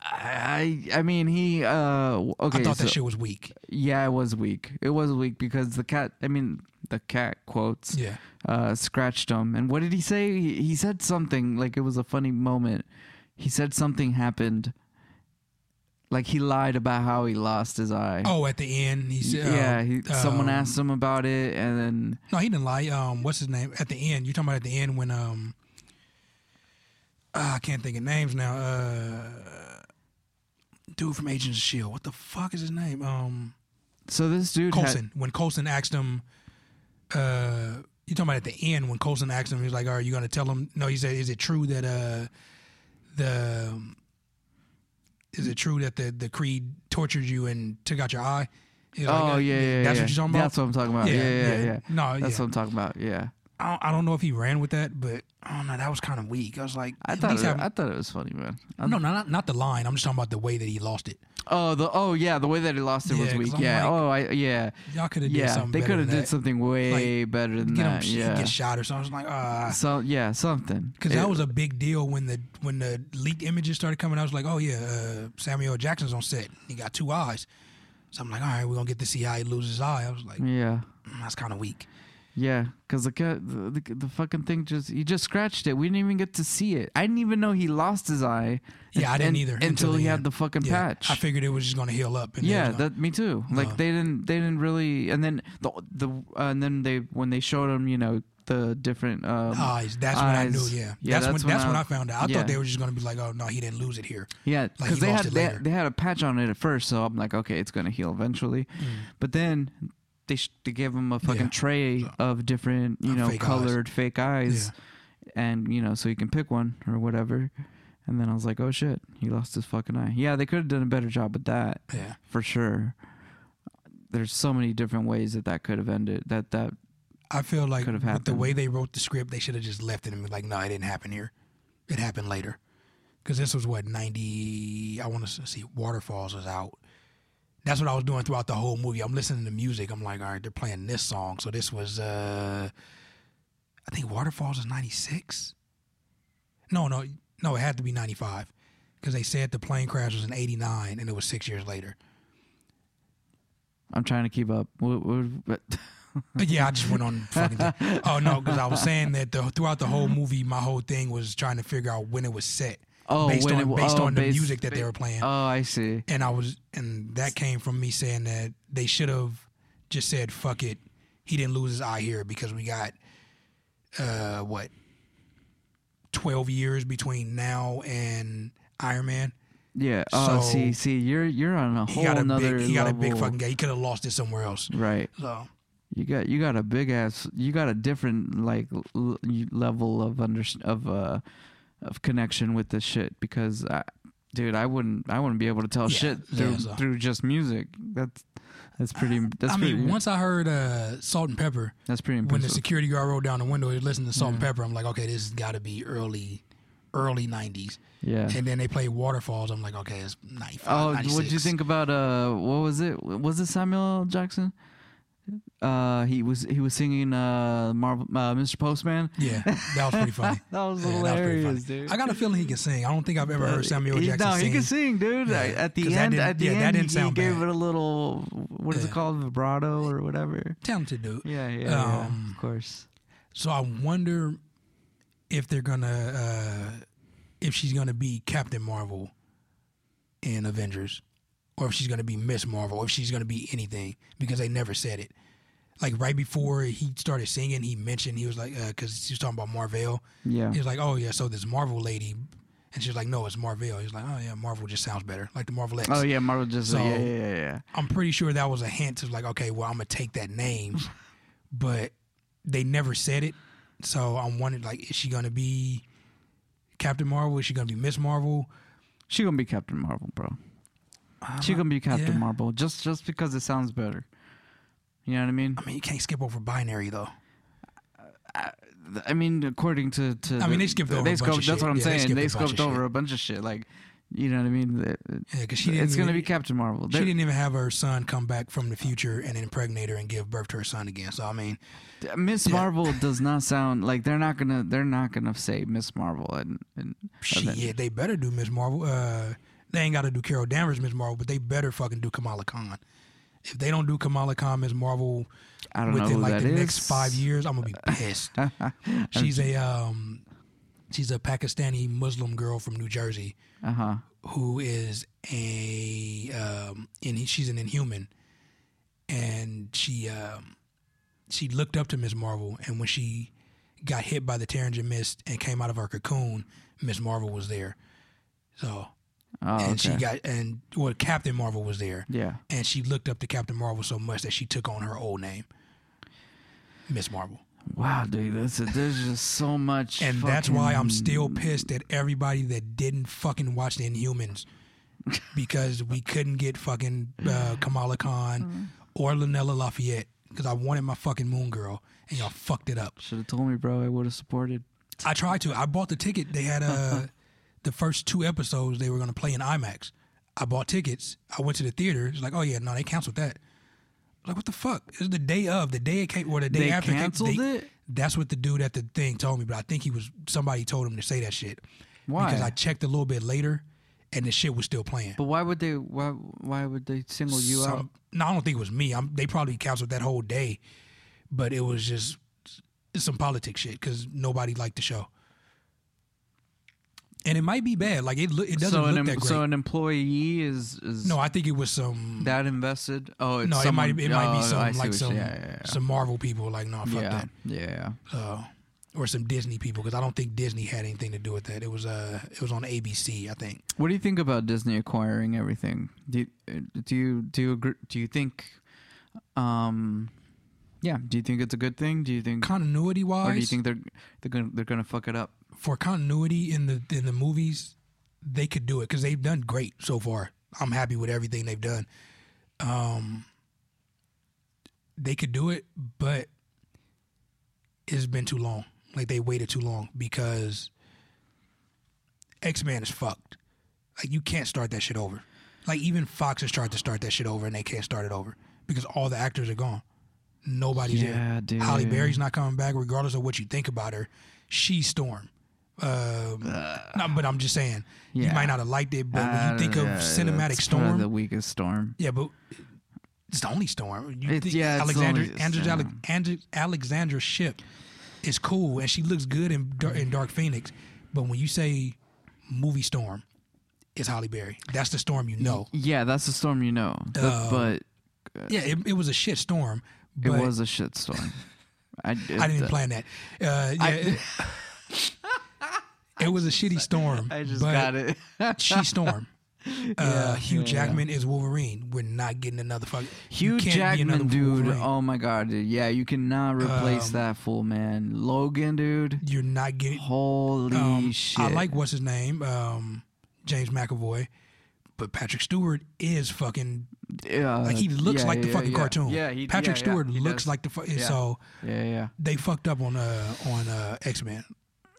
I I mean he uh w- okay.
I thought
so,
that shit was weak.
yeah, it was weak. It was weak because the cat. I mean the cat quotes.
Yeah.
uh, scratched him. And what did he say? He, he said something like it was a funny moment. He said something happened. Like he lied about how he lost his eye.
Oh, at the end, he said. uh,
yeah. He, someone
um,
asked him about it, and then
No, he didn't lie. Um, what's his name? At the end, you talking about at the end when um, ah, I can't think of names now. Uh, dude from Agents of Shield. E What the fuck is his name? Um,
so this dude had-
Colson. When Colson asked him, uh, you talking about at the end when Colson asked him, he was like, "Are you gonna tell him?" No, he said, "Is it true that uh, the um, is it true that the the Creed tortured you and took out your eye?" He was
oh
like, uh,
yeah, yeah,
that's
yeah.
what you're talking about.
That's what I'm talking about. Yeah, yeah, yeah.
No,
That's
yeah.
what I'm talking about. Yeah.
I don't, I don't know if he ran with that, but I don't know. That was kind of weak. I was like,
I
at
thought
least
it,
have-
I thought it was funny, man. I-
no, no, not not the line. I'm just talking about the way that he lost it.
Oh, the oh yeah, the way that he lost it
Yeah,
was
'cause
weak.
I'm
Yeah.
like-
oh, I yeah.
Y'all could have did
Yeah.
something.
They
could have
did something way better than
Get him,
that.
sh-
yeah.
get shot or something. I was like, ah,
so yeah, something.
because
It-
that was a big deal when the when the leaked images started coming. I was like, oh yeah, uh, Samuel Jackson's on set. He got two eyes. So I'm like, all right, we're gonna get to see how he loses his eye. I was like,
Yeah.
"Mm, that's kind of weak.
Yeah, because the, ca- the the the fucking thing just he just scratched it. We didn't even get to see it. I didn't even know he lost his eye.
Yeah, I didn't
un-
either
until, he had
end.
the fucking
Yeah,
patch.
I figured it was just gonna heal up. And then it
yeah,
was Uh-huh. gonna-
that me too. Like
No.
they didn't they didn't really. And then the the uh, and then they when they showed him, you know, the different. Um,
eyes. Ah, That's when I knew.
eyes.
Yeah,
Yeah,
that's,
that's
when
when
that's when
I-
I found out. I
yeah.
thought they were just gonna be like, oh no, he didn't lose it here.
Yeah,
Like,
because
he
they
lost
had
it
they,
later.
had- they had a patch on it at first, so I'm like, okay, it's gonna heal eventually. But then they sh- they gave him a fucking
Yeah.
tray of different you
Uh,
know
fake eyes.
colored fake eyes, and you know so you can pick one or whatever. And then I was like, oh shit, he lost his fucking eye. Yeah, they could have done a better job with that
Yeah,
for sure. There's so many different ways that that could have ended. That that
I feel like
Could've
with the
happened.
way they wrote the script, they should have just left it and been like, no, it didn't happen here. It happened later. Because this was what ninety. I want to see waterfalls was out. That's what I was doing throughout the whole movie. I'm listening to music. I'm like, all right, they're playing this song. So this was, uh I think, waterfalls is ninety six. No, no, no. It had to be ninety five because they said the plane crash was in eighty nine and it was six years later.
I'm trying to keep up. W- w- But
But yeah, I just went on fucking. thing. Oh no, because I was saying that the, throughout the whole movie, my whole thing was trying to figure out when it was set
<laughs> oh,
based
when
on
it-
based
oh,
on the
based-
music that they were playing,
Oh, I see.
and I was and that came from me saying that they should have just said fuck it. He didn't lose his eye here because we got uh what twelve years between now and Iron Man.
Yeah. Oh,
So-
see, see, you're you're on a
He
whole
got a
nother
big he got a big
level.
fucking guy. He could have lost it somewhere else.
Right.
So
You got you got a big ass. You got a different like l- you- level of under of uh of connection with this shit because I, dude, I wouldn't I wouldn't be able to tell
Yeah,
shit
yeah,
through
so-
through just music. That's that's pretty. That's
I
pretty.
mean, once I heard uh, Salt and Pepper.
that's pretty
when the
impressive.
security guard rolled down the window and listened to Salt and
Yeah.
Pepper, I'm like, okay, this has got to be early, early '90s.
yeah.
And then they played Waterfalls. I'm like, okay, it's 95.
Oh, what
96.
did you think about uh? What was it? Was it Samuel L. Jackson? Uh, he was he was singing uh, Marvel, uh Mr. Postman.
Yeah, that was pretty funny.
<laughs> That
Yeah, that was
was
pretty
hilarious,
funny.
dude.
I got a feeling he can sing. I don't think I've ever heard Samuel
He-
Jackson
No,
sing.
he can sing, dude.
Yeah.
At- At
'Cause
the
that
end,
didn't-
at the
yeah, that
end,
didn't
he
sound
gave
bad.
it a little. What is
Yeah.
it called, vibrato or whatever?
Talented dude.
Yeah, yeah, yeah,
Um,
of course.
So I wonder if they're gonna, uh, if she's gonna be Captain Marvel in Avengers, or if she's gonna be Miss Marvel, or if she's gonna be anything, because they never said it. Like right before he started singing, he mentioned he was like, because she was talking about Marvel.
Yeah,
He was like, oh yeah, so this Marvel lady, and she was like, no, it's Marvel. He's like, oh yeah, Marvel just sounds better, like the Marvel X.
oh yeah, Marvel just
So-
yeah, yeah, yeah, yeah.
I'm pretty sure that was a hint to like, okay, well, I'm gonna take that
<laughs>
name, but they never said it. So I'm wondering, like, is she gonna be Captain Marvel? Is she gonna be Miss Marvel?
She gonna be Captain Marvel, bro.
I
She
don't-
gonna be Captain
Uh-huh. yeah.
Marvel just just because it sounds better. You know what I mean?
I mean, you can't skip over binary though.
Th- I mean, according to, to
Uh, I mean, they skipped over a
They
bunch of
scoped. That's
shit.
what I'm
Yeah, they
saying.
skipped
They,
a bunch of
scoped over a bunch of shit. Like, you know what I mean? Th-
Yeah, because she didn't.
It's gonna
even-
be Captain Marvel.
She
They're-
didn't even have her son come back from the future and impregnate her and give birth to her son again. So I mean,
Miss
Yeah.
Marvel does not sound like they're not gonna they're not gonna say Miss Marvel and, and
she,
Avengers.
yeah, they better do Miss Marvel. Uh, they ain't got to do Carol Danvers Miss Marvel, but they better fucking do Kamala Khan. If they don't do Kamala Khan Miss Marvel
I don't know
within
who
like
that
the
is.
next five years, I'm gonna
<laughs>
be pissed. she's a um, she's a Pakistani Muslim girl from New Jersey
Uh huh.
who is a um, in she's an Inhuman, and she um, she looked up to Miss Marvel, and when she got hit by the Terrigen mist and came out of her cocoon, Miss Marvel was there. So
Oh,
and she
okay.
got and well Captain Marvel was there,
yeah.
and she looked up to Captain Marvel so much that she took on her old name, Miss Marvel.
Wow, dude, that's a, there's just so much.
And that's why I'm
fucking-
still pissed at everybody that didn't fucking watch the Inhumans because we couldn't get fucking uh, Kamala Khan or Lanella Lafayette because I wanted my fucking Moon Girl and y'all fucked it up.
Should have told me, bro. I would have supported.
I tried to. I bought the ticket. They had
<laughs>
uh, the first two episodes they were going to play in IMAX. I bought tickets. I went to the theater. It's like, oh yeah, no, they canceled that. I was Like what the fuck? It's the day of the day it came or the day
They
after it came-
canceled
they-
it?
That's what the dude at the thing told me, but I think he was somebody told him to say that shit.
Why?
Because I checked a little bit later, and the shit was still playing.
But why would they? Why why would they single you um?
Some-
out?
No, I don't think it was me. I'm, they probably canceled that whole day, but it was just some politics shit because nobody liked the show. And it might be bad. Like it, loo- it doesn't
so
look
an em-
that great.
so an employee is is
no, I think it was some.
that invested. Oh, it's
no, it
someone,
might it might be
oh, I
some
see
like
what you-
some
yeah, yeah, yeah.
some Marvel people. Like no, fuck
yeah,
that.
yeah.
Uh, or some Disney people because I don't think Disney had anything to do with that. It was uh it was on ABC, I think.
What do you think about Disney acquiring everything? Do you, uh, do you do you agree, do you think um yeah, do you think it's a good thing? Do you think
Continuity wise,
or do you think they're they're going to they're going to fuck it up?
for continuity in the in the movies, they could do it because they've done great so far. I'm happy with everything they've done. Um, they could do it, but it's been too long. Like they waited too long because X Men is fucked. Like you can't start that shit over. Like even Fox has tried to start that shit over and they can't start it over because all the actors are gone. Nobody's there.
dude.
Holly Berry's not coming back, regardless of what you think about her. She's Storm. Um, no, but I'm just saying you
Yeah. Uh,
might not have liked it, but when you think of cinematic Storm,
the weakest storm.
yeah, but it's the only Storm. You
It's-
think
yeah, it's the
Alexander,
only
Andrew,
Storm.
Alex- Andrew- Alexandra Ship is cool, and she looks good in Dark, in Dark Phoenix. But when you say movie Storm, it's Holly Berry. That's the Storm you know.
Yeah, that's the storm you know. The-
Um,
but
Yeah, it, it was a shit storm.
it
But
was a
<laughs>
shit storm. I, it-
I didn't plan that. Uh, yeah, it, it was a shitty storm.
I just
but
got it. <laughs>
She storm. Uh, Hugh
yeah, yeah.
Jackman is Wolverine. We're not getting another fuck. you
Hugh
can't be another
Jackman, dude.
Wolverine.
Oh my god, dude. Yeah, you cannot replace
Um,
that fool, man. Logan, dude.
You're not getting.
Holy
Um,
shit.
I like what's his name, um, James McAvoy, but Patrick Stewart is fucking
Yeah,
like he looks
Uh, yeah,
like the
yeah,
fucking
yeah.
cartoon.
Yeah, he,
Patrick
yeah, yeah,
Stewart
he
looks
does.
like the fu-
Yeah.
so
Yeah, yeah.
they fucked up on uh on uh X Men.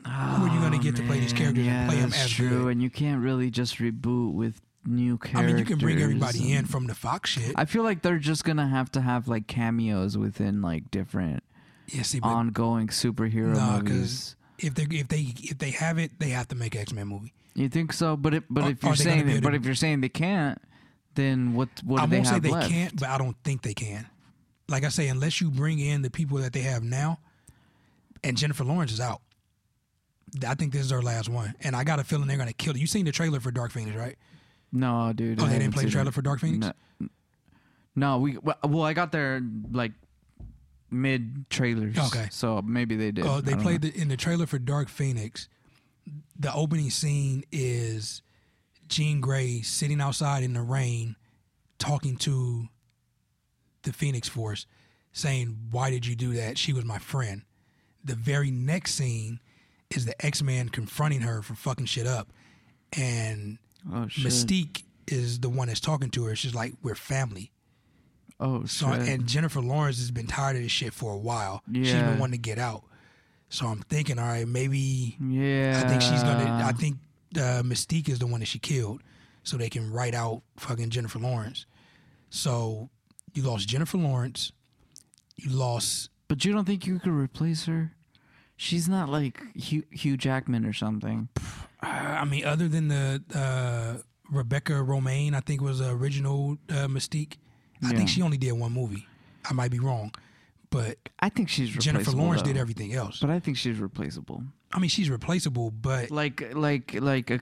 Who are you gonna
Oh,
get to play these
man,
characters
yeah,
and play them
that's
as
true.
good?
And you can't really just reboot with new characters.
I mean, you can bring everybody in
and-
from the Fox shit.
I feel like they're just gonna have to have like cameos within like different
yeah, see, but
ongoing superhero
Nah, 'cause-
movies.
if they if they if they have it, they have to make an X Men movie.
You think so? But it, but
Are-
if
are
you're
they gonna
saying
be
that,
able
but
to-
if you're saying they can't, then what what do
I
they
won't say
have
they
left?
can't, but I don't think they can. Like I say, unless you bring in the people that they have now, and Jennifer Lawrence is out. I think this is her last one, and I got a feeling they're gonna kill it. You seen the trailer for Dark Phoenix, right?
No, dude.
Oh, they
I haven't
didn't play the
seen
trailer
it.
for Dark Phoenix.
No, no we well, well, I got there like mid trailers.
Okay.
so maybe they did.
Oh,
I
they
don't
played the, in the trailer for Dark Phoenix. The opening scene is Jean Grey sitting outside in the rain, talking to the Phoenix Force, saying, "Why did you do that? She was my friend." The very next scene is the X Man confronting her for fucking shit up, and
know. Oh shit!
Mystique is the one that's talking to her. She's like, "We're family."
oh
So
shit!
and Jennifer Lawrence has been tired of this shit for a while. She's
Yeah.
been wanting to get out. So I'm thinking, all right, maybe
yeah,
I think she's gonna. I think uh, Mystique is the one that she killed, so they can write out fucking Jennifer Lawrence. So you lost Jennifer Lawrence. You lost.
but you don't think you could replace her? She's not like Hugh, Hugh Jackman or something.
Uh, I mean, other than the uh, Rebecca Romaine, I think was the original uh, Mystique. I
Yeah.
think she only did one movie. I might be wrong, but
I think she's replaceable,
Jennifer Lawrence
though.
did everything else.
But I think she's replaceable.
I mean, she's replaceable, but
Like like like a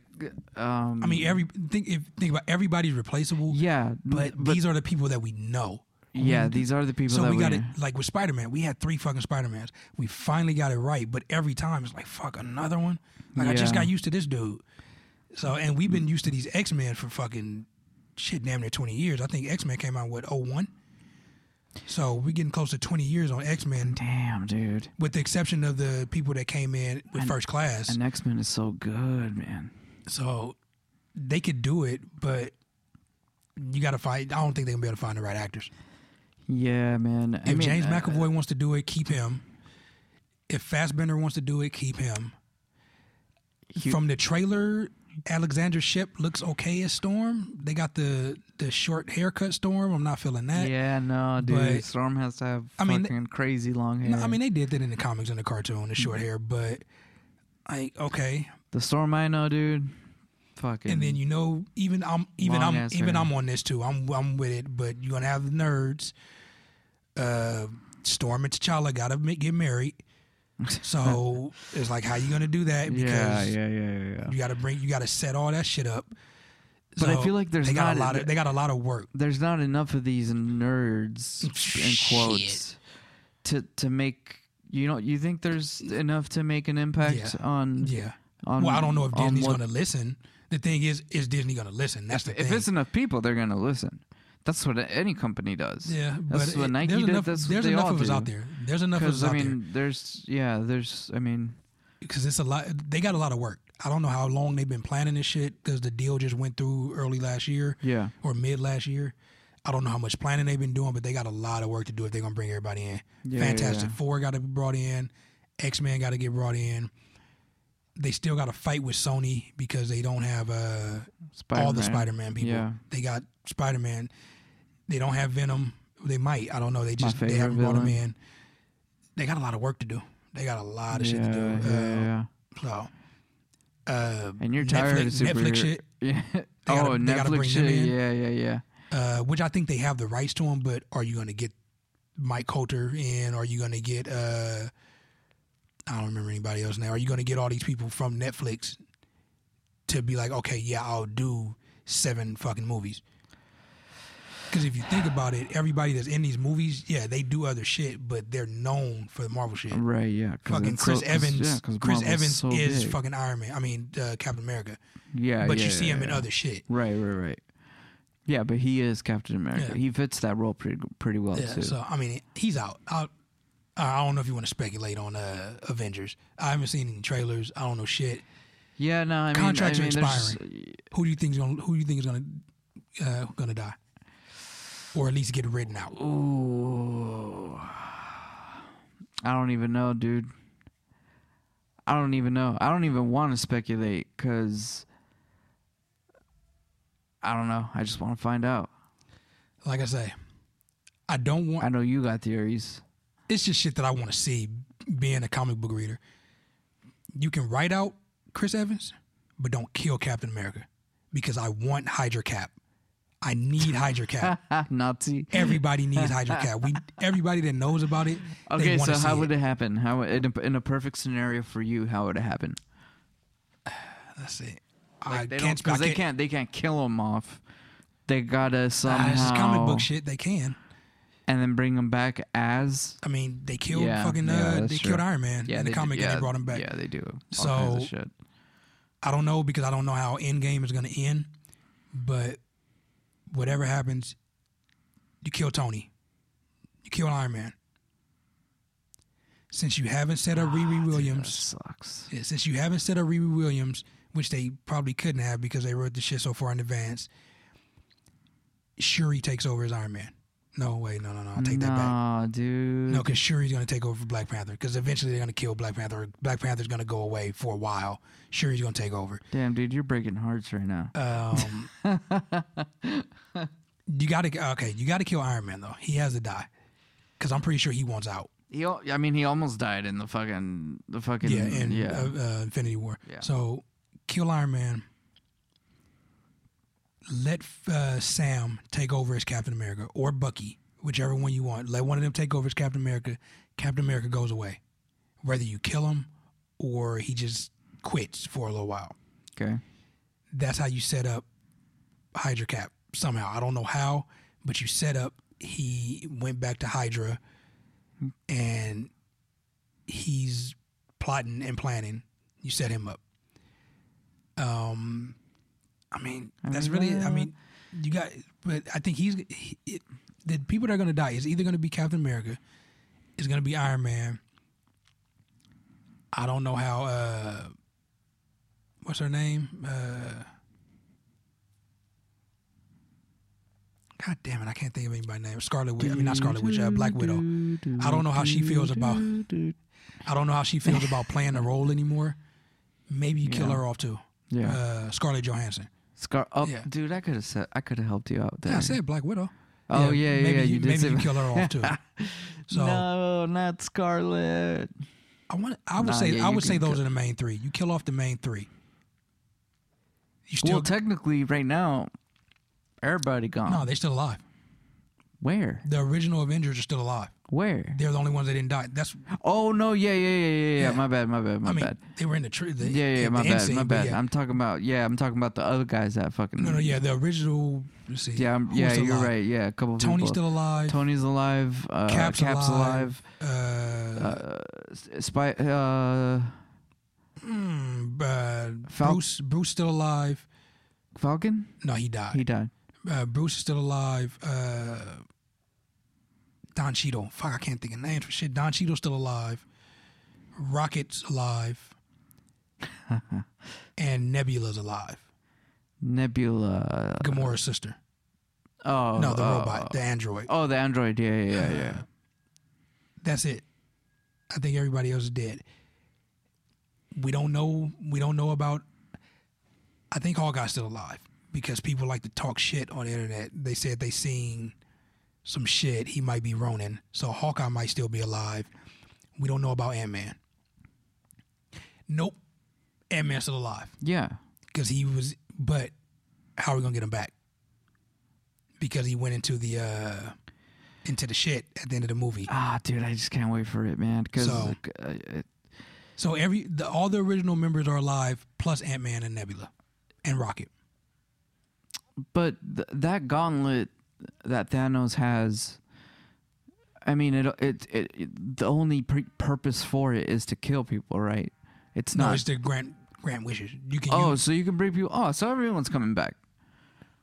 um.
I mean, every think if think about everybody's replaceable,
yeah,
but, these are the people that we know. Mm-hmm.
yeah, these are the people
So
that
we
we
got it like with Spider Man. We had three fucking Spider Mans. We finally got it right, but every time it's like fuck another one. Like I just
Yeah.
got used to this dude. So and we've been used to these X Men for fucking shit damn near twenty years. I think X Men came out what oh one. So we're getting close to twenty years on X Men,
Damn, dude.
with the exception of the people that came in with first class.
And X Men is so good, man.
So they could do it, but you got to find. I don't think they're gonna be able to find the right actors.
Yeah, man. I
If
mean,
James
uh,
McAvoy wants to do it, keep him. If Fassbender wants to do it, keep him.
Hugh-
From the trailer, Alexander Ship looks okay as Storm. They got the the short haircut Storm. I'm not feeling that.
yeah, no, dude.
but-
Storm has to have
I mean,
fucking crazy long hair.
No, I mean they did that in the comics and the
Mm-hmm.
cartoon, the short hair, but like okay,
the Storm I know, dude. fucking.
and then you know even I'm even I'm
Long-ass
even
nerd.
I'm on this too. I'm I'm with it, but you're gonna have the nerds. Uh, Storm and T'Challa gotta ma- get
<laughs>
married, so it's like how you gonna do that? Because
yeah, yeah, yeah, yeah, yeah.
you gotta bring you gotta set all that shit up.
But I feel like there's
they got a
not-
lot of they got a lot of work.
There's not enough of these nerds in quotes to to make you know. You think there's enough to make an impact
Yeah.
on?
Yeah.
Mm-hmm. On,
well, I don't know if
on
Disney's
what-
gonna listen. The thing is, is Disney gonna listen? That's the
If
thing.
it's enough people, they're gonna listen. That's what any company does.
yeah, but
that's what
it-
Nike
there's
did.
enough,
that's what
there's
they
enough
all
of us
do.
out there. There's enough of us
Because I
out
mean,
there
there's yeah, there's I mean,
because it's a lot. They got a lot of work. I don't know how long they've been planning this shit because the deal just went through early last year
yeah,
or mid last year. I don't know how much planning they've been doing, but they got a lot of work to do if they're gonna bring everybody in.
Yeah, yeah,
Fantastic
yeah.
Four got to be brought in. X Men got to get brought in. They still got to fight with Sony because they don't have uh,
Spider-Man.
all the Spider Man people.
Yeah.
They got Spider Man. They don't have Venom. They might. I don't know. They just they
favorite
haven't brought him
villain.
in. They got a lot of work to do. They got a lot of
yeah,
shit to do.
yeah,
Uh,
yeah.
so, uh,
And you're tired
Netflix,
of superhero.
Netflix shit,
<laughs> Yeah.
They gotta-
oh,
they gotta
Netflix
bring them
shit.
in.
Yeah, yeah, yeah.
uh, which I think they have the rights to them. But are you going to get Mike Coulter in? Are you going to get? Uh, I don't remember anybody else now. Are you going to get all these people from Netflix to be like, okay, yeah, I'll do seven fucking movies? Because if you think about it, everybody that's in these movies, yeah, they do other shit, but they're known for the Marvel shit.
Right, yeah. 'cause
Fucking
it's
Chris
so- 'cause-
Evans,
yeah, 'cause
Chris
Marvel's
Evans
so
is
big.
fucking Iron Man. I mean, uh, Captain America.
Yeah,
but
yeah,
you see
yeah,
him in
yeah.
other shit.
Right, right, right. Yeah, but he is Captain America.
Yeah.
He fits that role pretty pretty well
Yeah,
too.
so I mean, he's out. I, I don't know if you want to speculate on uh, Avengers. I haven't seen any trailers. I don't know shit.
yeah, no, I mean,
Contracts
I
are
mean, there's-
Who do you think's gonna Who do you think is gonna uh, gonna die, or at least get written out?
Ooh, I don't even know, dude. I don't even know. I don't even want to speculate because I don't know. I just want to find out.
Like I say, I don't want.
I know you got theories. <laughs>
it's just shit that I want to see. Being a comic book reader, you can write out Chris Evans, but don't kill Captain America, because I want Hydra Cap. I need Hydra Cap.
Nazi.
Everybody needs Hydra Cap. We everybody that knows about it. they
Okay,
wanna
so
see
how
it.
would it happen? How in a, in a perfect scenario for you, how would it happen?
That's it. I
Like, they
can't.
don't because
I
they can't they can't kill him off. They gotta
Ah,
somehow
this is comic book shit. They can.
and then bring him back as
I mean, they killed
Yeah,
fucking.
yeah,
Uh,
that's
they
true.
killed Iron Man in the
do-
comic, and
yeah,
they brought him back.
Yeah, they do. All
So-
kinds of shit.
I don't know because I don't know how Endgame is going to end, but whatever happens, you kill Tony, you kill Iron Man. Since you haven't set up
Ah,
Riri
That
Williams,
sucks.
Yeah, since you haven't set up Riri Williams, which they probably couldn't have because they wrote the shit so far in advance, Shuri takes over as Iron Man. No, wait, no, no, no, I'll take that back.
Nah, dude.
No, because Shuri's going to take over for Black Panther because eventually they're going to kill Black Panther. Black Panther's going to go away for a while. Shuri's going to take over.
Damn, dude, you're breaking hearts right now. <laughs>
Um, you got to, okay, you got to kill Iron Man, though. He has to die because I'm pretty sure he wants out.
He, al- I mean, he almost died in the fucking, the fucking,
Yeah, in
yeah.
Uh, uh, Infinity War.
Yeah.
So kill Iron Man. Let uh, Sam take over as Captain America or Bucky, whichever one you want. Let one of them take over as Captain America. Captain America goes away, whether you kill him or he just quits for a little while.
okay.
That's how you set up Hydra Cap somehow. I don't know how, but you set up. He went back to Hydra, and he's plotting and planning. You set him up. Um, I mean,
I
that's
mean,
really. I
uh,
mean, you got. But I think he's he, it, the people that are going to die is either going to be Captain America, it's going to be Iron Man. I don't know how. uh What's her name? Uh God damn it! I can't think of anybody's name. Scarlet Witch. I mean, not Scarlet Witch. Uh, Black Widow. I don't know how she feels about. I don't know how she feels about playing the role anymore. Maybe you kill
Yeah.
her off too.
Yeah.
Uh, Scarlett Johansson.
Scar. Oh,
yeah.
dude, I could have said, I could have helped you out there.
Yeah, I said Black Widow.
Oh, yeah, yeah,
Maybe
yeah,
you,
you did
maybe
say-
you kill her off too.
<laughs>
So
no, not Scarlet.
I want. I would
Nah,
say.
yeah,
I
you
would say
can
those
kill-
are the main three. You kill off the main three. You still
well, technically, right now, everybody gone.
no, they're still alive.
Where?
The original Avengers are still alive.
Where?
They're the only ones that didn't die. That's
Oh no! Yeah, yeah, yeah, yeah, yeah.
Yeah.
My bad, my bad, my
I mean
bad.
they were in the tree. The,
Yeah, yeah,
the
my
end
bad,
scene,
my
but
bad.
Yeah.
I'm talking about yeah, I'm talking about the other guys that fucking.
no, no, yeah, the original. Let's see,
yeah, I'm-
who was
yeah.
still
You're
alive?
right. Yeah, a couple.
Tony's
people.
still alive.
Tony's alive. Uh, Cap's,
Cap's
alive.
alive. uh,
Uh, S- Spy. Uh,
mm, uh,
Fal-
Bruce, Bruce still alive.
Falcon.
No, he died.
He died.
uh, Bruce is still alive. Uh, Don Cheadle. Fuck, I can't think of names for shit. Don Cheadle's still alive. Rocket's alive. and Nebula's alive.
Nebula.
Gamora's sister.
Oh
no, the
oh,
robot, the android.
Oh, the android. Yeah, yeah,
<sighs>
yeah, yeah.
That's it. I think everybody else is dead. We don't know. We don't know about. I think Hawkeye's still alive because people like to talk shit on the internet. They said they seen some shit. He might be Ronin, so Hawkeye might still be alive. We don't know about Ant Man. Nope, Ant Man's still alive
Yeah.
because he was. But how are we gonna get him back? Because he went into the uh into the shit at the end of the movie.
Ah, dude, I just can't wait for it, man. uh, Because
So- So every the, all the original members are alive, plus Ant Man and Nebula, and Rocket.
but th- that gauntlet that Thanos has, I mean, it it, it, it the only pr- purpose for it is to kill people, right? It's
No,
not.
it's the Grant Grant wishes. You can.
oh,
use,
so you can bring people. Oh, so everyone's coming back.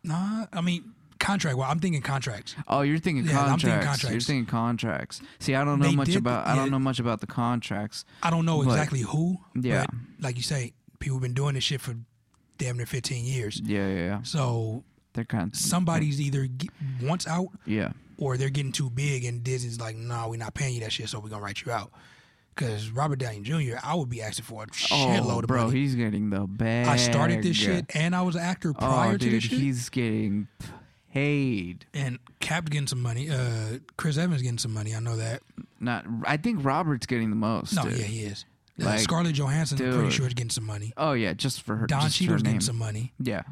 nah. I mean contract. Well, I'm thinking contracts.
Oh, you're thinking
Yeah, I'm
contracts.
thinking
You're
contracts.
thinking contracts. See, I don't know
They
much
did-
about. I don't
yeah.
know much about the contracts.
I don't know
But-
exactly who.
Yeah.
But like you say, people have been doing this shit for damn near 15 years.
Yeah, yeah, yeah.
So
They're kind. Of,
somebody's either get, once out
yeah.
or they're getting too big, and Disney's like, "No, nah, we're not paying you that shit, so we're gonna write you out." Because Robert Downey Jr., I would be asking for a
Oh,
shitload of
bro,
money.
he's getting the bag.
I started this shit, and I was an actor prior
oh,
to
dude,
this shit.
he's getting paid.
And Cap getting some money. Uh, Chris Evans getting some money. I know that.
Not, I think Robert's getting the most.
No,
dude.
yeah, he is. Uh,
Like,
Scarlett Johansson, I'm pretty
dude.
sure is getting some money.
Oh yeah, just for her.
Don
just her
Cheadle's
name.
getting some money.
Yeah.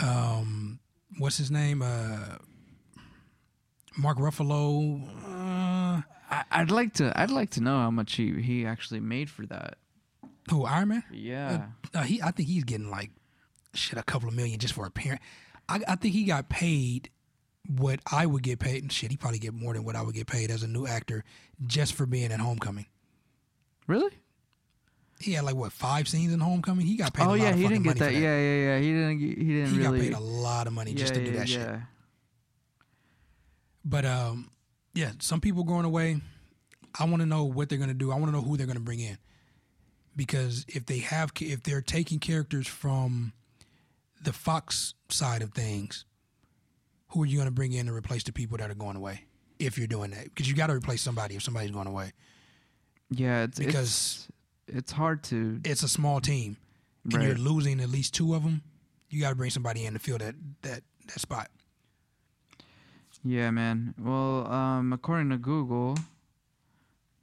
Um, what's his name? Uh, Mark Ruffalo. Uh,
I, I'd like to. I'd like to know how much he he actually made for that.
who Iron Man?
Yeah.
Uh, he, I think he's getting like shit a couple of million just for appearance. I, I think he got paid what I would get paid. And shit, he probably get more than what I would get paid as a new actor just for being at Homecoming.
Really?
He had like what five scenes in Homecoming. He got paid.
Oh
a lot
yeah,
of
he
fucking
didn't get
money for
that. Yeah, yeah, yeah. He didn't. get- He didn't
he
really.
got paid a lot of money just
yeah,
to do
yeah,
that shit.
yeah.
But um, yeah, some people going away. I want to know what they're going to do. I want to know who they're going to bring in, because if they have, if they're taking characters from the Fox side of things, who are you going to bring in to replace the people that are going away? If you're doing that, because you got to replace somebody if somebody's going away.
Yeah, it's
Because-
it's, it's hard to.
It's a small team, and you're
Right.
losing at least two of them. You got to bring somebody in to fill that that that spot.
Yeah, man. Well, um, according to Google,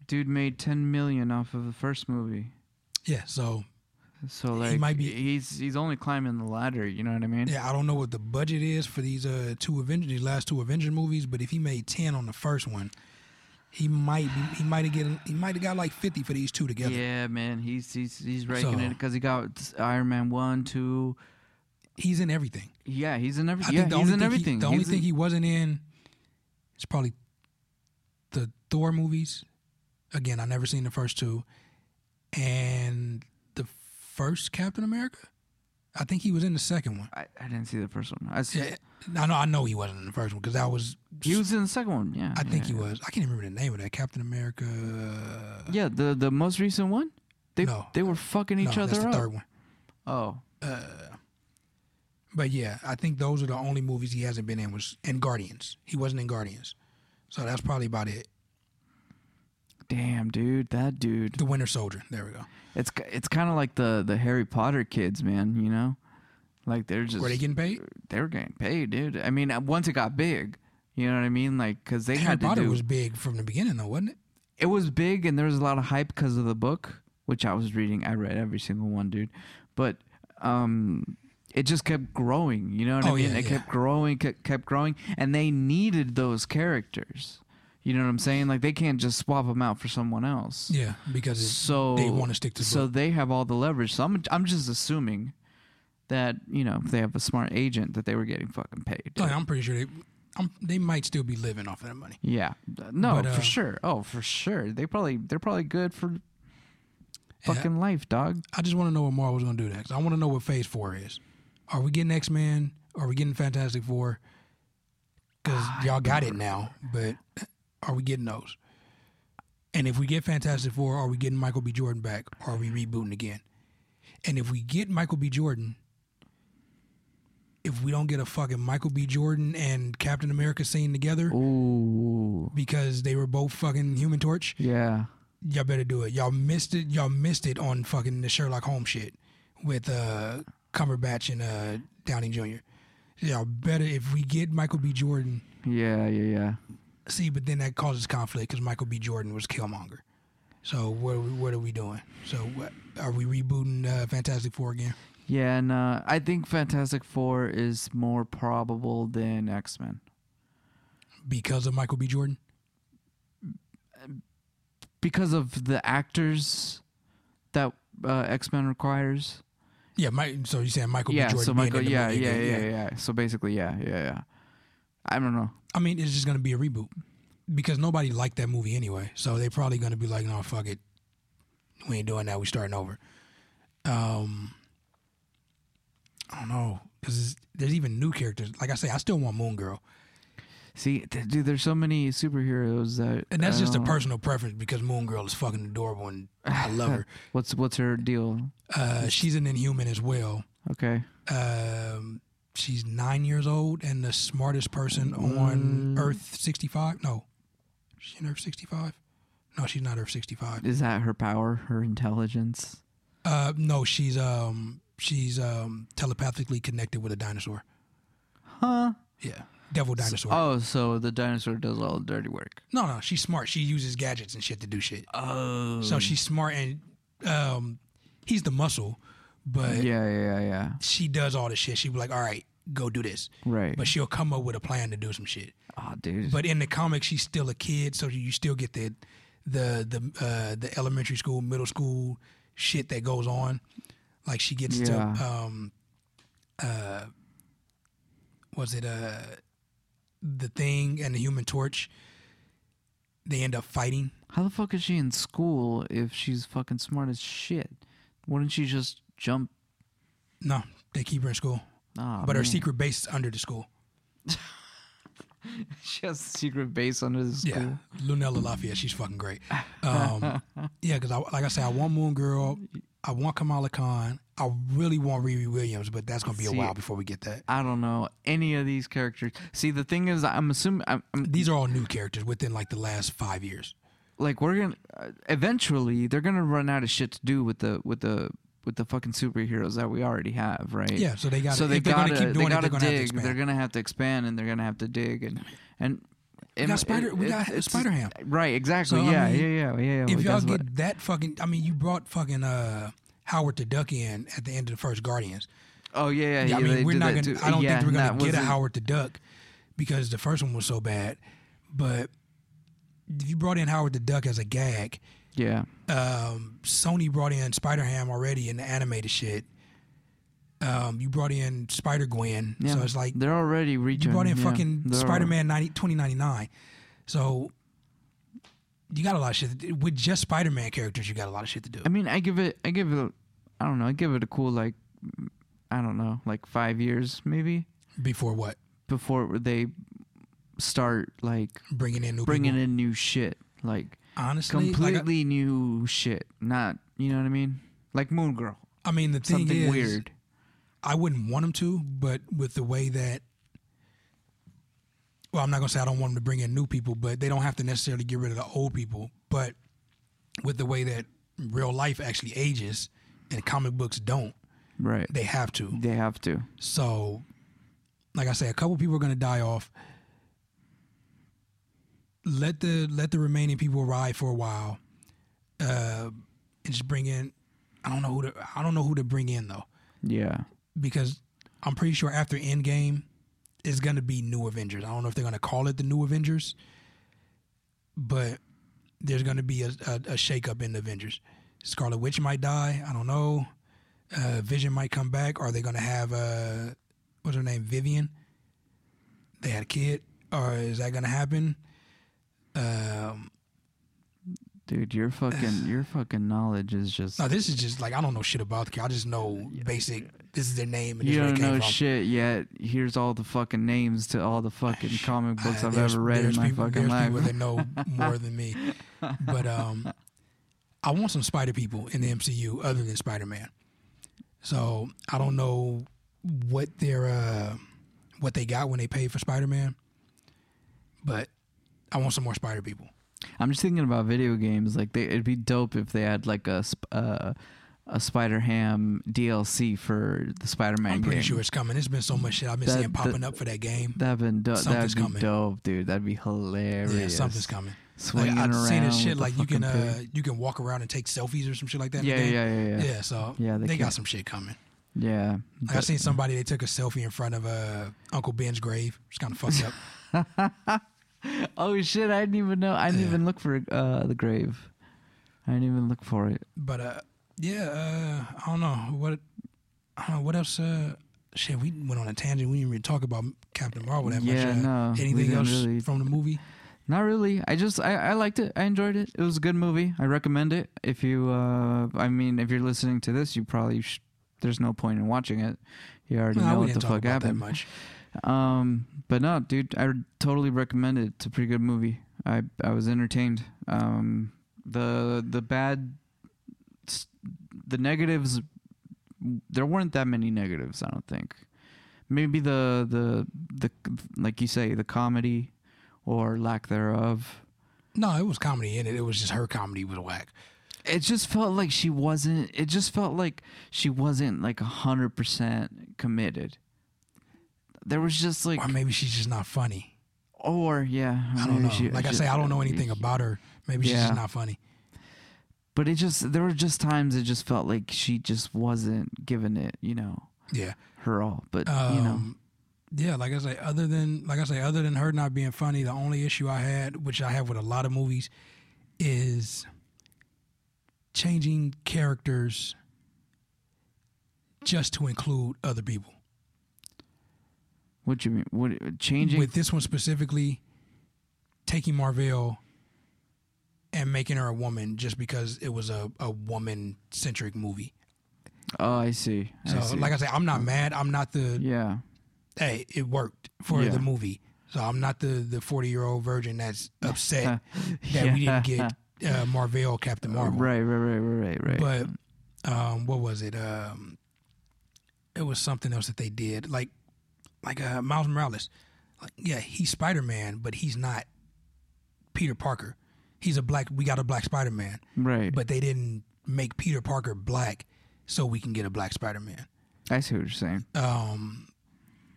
dude made ten million off of the first movie.
Yeah. So
So like, he
might be-
He's he's only climbing the ladder. You know what I mean?
Yeah, I don't know what the budget is for these uh two Avengers, these last two Avengers movies, but if he made ten on the first one, he might be, he might have get he might have got like fifty for these two together.
Yeah, man, he's he's he's raking it
So-
'cause it because he got Iron Man one, two.
He's in everything.
Yeah, he's in
I
everything. Yeah,
think the
he's
only
in
thing
everything.
He, the only
He's
thing
in-
he wasn't in is probably the Thor movies. Again, I never seen the first two, and the first Captain America. I think he was in the second one.
I, I didn't see the first one. I see,
Yeah, I know. I know he wasn't in the first one because that was.
he was in the second one. Yeah,
I think he
yeah.
was. I can't remember the name of that Captain America. uh,
Yeah, the the most recent one. They
No.
they were fucking each
no,
other
that's the
up.
third one. Uh,
Oh,
But yeah, I think those are the only movies he hasn't been in was and Guardians. He wasn't in Guardians. So that's probably about it.
damn, dude, that dude.
The Winter Soldier. There we go.
It's ki- it's kind of like the the Harry Potter kids, man. You know, like they're just
Were they getting paid?
they were getting paid, dude. I mean, uh, once it got big, you know what I mean? Like, cause they
Harry
had to
Potter
do.
was big from the beginning though, wasn't it?
it was big and there was a lot of hype because of the book which i was reading i read every single one dude but um it just kept growing. You know what I
Oh,
mean?
yeah,
it
yeah.
kept growing, kept, kept growing, and they needed those characters. You know what I'm saying? Like they can't just swap them out for someone else.
Yeah, because it,
So
they want to stick to the
So
book.
they have all the leverage. So I'm I'm just assuming that you know if they have a smart agent that they were getting fucking paid.
Like, I'm pretty sure they, I'm, they might still be living off of that money.
Yeah. No,
But, uh,
for sure. Oh, for sure. They probably they're probably good for
Yeah.
fucking life, dog.
I just want to know what Marvel's going to do next. I want to know what Phase Four is. Are we getting X Men? Are we getting Fantastic Four? Because y'all got it now, but are we getting those? And if we get Fantastic Four, are we getting Michael B. Jordan back? Or are we rebooting again? And if we get Michael B. Jordan, if we don't get a fucking Michael B. Jordan and Captain America scene together
Ooh.
because they were both fucking Human Torch,
Yeah.
y'all better do it. Y'all missed it. Y'all missed it on fucking the Sherlock Holmes shit with uh Cumberbatch and uh Downey Jr. Y'all better if we get Michael B. Jordan.
Yeah, yeah, yeah.
See, but then that causes conflict because Michael B. Jordan was Killmonger. So what are we, what are we doing? So what, are we rebooting uh, Fantastic Four again?
Yeah, and uh, I think Fantastic Four is more probable than X Men
Because of Michael B. Jordan,
because of the actors that uh, X Men requires.
yeah. My, so you saying Michael
yeah,
B. Jordan?
so
being
Michael.
in the
Yeah,
movie
yeah,
again,
yeah, yeah, So basically, yeah, yeah, yeah. I don't know.
I mean, it's just gonna be a reboot because nobody liked that movie anyway. So they're probably gonna be like, "No, fuck it, we ain't doing that. We starting over." Um, I don't know because there's even new characters. Like I say, I still want Moon Girl,
See, th- dude, there's so many superheroes that,
and that's
I
just a
don't-
personal preference because Moon Girl is fucking adorable and I love her.
What's what's her deal?
Uh, she's an Inhuman as well.
Okay.
Um, she's nine years old and the smartest person on Earth 65. No, she in Earth 65. No, she's not Earth 65.
Is that her power, her intelligence?
Uh, no, she's um, she's um, telepathically connected with a dinosaur.
Huh?
Yeah, devil dinosaur.
Oh, so the dinosaur does all the dirty work.
no, no, she's smart. She uses gadgets and shit to do shit.
Oh.
So she's smart, and um, he's the muscle, but
Yeah, yeah, yeah.
she does all the shit. She be like, all right, go do this,
Right.
but she'll come up with a plan to do some shit.
oh, dude.
But in the comics, she's still a kid, so you still get the the the uh, the elementary school, middle school shit that goes on. Like she gets to
Yeah.
um, uh, was it uh, the thing and the Human Torch? They end up fighting.
How the fuck is she in school if she's fucking smart as shit? Wouldn't she just jump?
No, they keep her in school,
Ah,
but her
man.
secret base is under the school.
<laughs> she has a secret base under the school.
Yeah, Lunella Lafayette, she's fucking great.
<laughs>
Um, yeah, because I, like I said, I want Moon Girl, I want Kamala Khan, I really want Riri Williams, but that's gonna be
See-
a while before we get that.
I don't know any of these characters. See, the thing is, I'm assuming, I'm, I'm
These are all new characters within like the last five years.
like, we're gonna uh, eventually they're gonna run out of shit to do with the with the with the fucking superheroes that we already have, right?
Yeah, so they got.
so they
if they're
gotta
gonna keep doing
they gotta
it. They're gonna
dig.
have to expand.
They're gonna have to expand and they're gonna have to dig and and. and
got Spider- we got
it's-
Spider-Ham.
Right, exactly.
So, I
yeah,
mean,
yeah, yeah, yeah, yeah.
if y'all
that's what-
get that fucking, I mean, you brought fucking uh, Howard the Duck in at the end of the first Guardians.
Oh yeah, yeah.
Yeah,
yeah
I mean,
they
we're
did
not
that
gonna.
too.
I don't
Yeah,
think we're gonna
and that
get a
wasn't-
Howard the Duck because the first one was so bad. But if you brought in Howard the Duck as a gag,
Yeah,
um, Sony brought in Spider Ham already in the animated shit. Um, you brought in Spider Gwen,
yeah.
so it's like
they're already reaching.
you brought in
yeah,
fucking
they're-
Spider Man 2099. So you got a lot of shit. to do. With just Spider Man characters, you got a lot of shit to do.
I mean, I give it. I give it. I don't know. I give it a cool like. I don't know, like five years maybe
Before what?
before they start like
Bringing in new
bringing
people.
in new shit, like
Honestly, like, I-
completely new shit. Not you know what I mean? Like Moon Girl,
I, mean, the thing
something
is,
weird.
I wouldn't want him to, but with the way that, well, I'm not gonna say I don't want them to bring in new people, but they don't have to necessarily get rid of the old people. But with the way that real life actually ages and comic books don't,
Right.
they have to.
They have to.
So, like I say, a couple people are gonna die off. Let the let the remaining people ride for a while, uh, and just bring in. I don't know who to I don't know who to bring in though
Yeah.
because I'm pretty sure after Endgame, it's gonna be New Avengers. I don't know if they're gonna call it the New Avengers, but there's gonna be a, a, a shakeup in the Avengers. Scarlet Witch might die. I don't know. Uh, Vision might come back. Are they gonna have uh, what's her name? Vivian. They had a kid. Or is that gonna happen? Um, <sighs>
Dude, your fucking your fucking knowledge is just
no, this is just like I don't know shit about the kid. I just know basic. This is their name and this
you
is where
don't
it came
know
from.
shit yet. Here's all the fucking names
<sighs>
to all the fucking comic books
Uh,
I've
there's-
ever read in
there's
my
people,
fucking
there's people
life.
that
<laughs>
know more than me. But um, I want some Spider people in the MCU other than Spider Man. So I don't know what their uh, what they got when they paid for Spider Man, but I want some more Spider people.
I'm just thinking about video games. Like, they, it'd be dope if they had like a sp- uh, a Spider Ham DLC for the Spider Man
I'm
game.
pretty sure it's coming. It's been so much shit I've been
That-
seeing popping
that-
up for that game.
That'd been do-
Something's
that'd be
coming.
dope, dude. That'd be hilarious.
Yeah, something's coming. Like,
Swinging
I've
around
seen this
with
shit
the
like you can
fucking
uh, you can walk around and take selfies or some shit like that.
pig.
in the
yeah,
game.
yeah, yeah, yeah, yeah.
so
Yeah,
they,
they
got
can-
some shit coming. Like,
But-
I seen somebody they took a selfie in front of uh, Uncle Ben's grave. It's kind of fucked
<laughs>
up.
oh shit! I didn't even know. I didn't
Yeah.
even look for uh, the grave. I didn't even look for it.
But uh, yeah, uh, I don't know what. I don't know what else. Uh, shit, we went on a tangent. We didn't even talk about Captain Marvel that
Yeah,
much. Uh,
no, we
anything
didn't
else
really-
from the movie?
Not really. I just I, I liked it. I enjoyed it. It was a good movie. I recommend it. If you, uh, I mean, if you're listening to this, you probably sh- there's no point in watching it. You already
Nah,
know
we
what the
didn't talk
fuck
about that
happened.
much.
Um, but no, dude, I would totally recommend it. It's a pretty good movie. I I was entertained. Um, the the bad, s- the negatives, there weren't that many negatives. I don't think. Maybe the the the like you say the comedy, or lack thereof.
No, it was comedy in it. It was just her comedy was whack.
It just felt like she wasn't. It just felt like she wasn't like hundred percent committed. There was just like
Or maybe she's just not funny.
Or yeah,
I don't know. like I say, I don't know anything about her. Maybe she's
Yeah.
just not funny.
But it just there were just times it just felt like she just wasn't giving it, you know,
Yeah.
her all. But
Um,
you know,
Yeah, like I say, other than like I say, other than her not being funny, the only issue I had, which I have with a lot of movies, is changing characters just to include other people.
what you mean? What changing?
With this one specifically, taking Marvell and making her a woman just because it was a, a woman centric movie.
oh, I see. I
So
see.
like I say, I'm not mad. I'm not the
yeah,
hey, it worked for
Yeah.
the movie. So I'm not the the 40 year old virgin
<laughs>
that's upset that
yeah.
we didn't
<laughs>
get uh, Marvel Captain Marvel.
Right, right, right, right, right, right.
But um, what was it? Um, it was something else that they did, like like uh, Miles Morales. Like, yeah, he's Spider Man, but he's not Peter Parker. He's a black. We got a black Spider Man,
right.
but they didn't make Peter Parker black so we can get a black Spider Man
I see what you're saying.
um,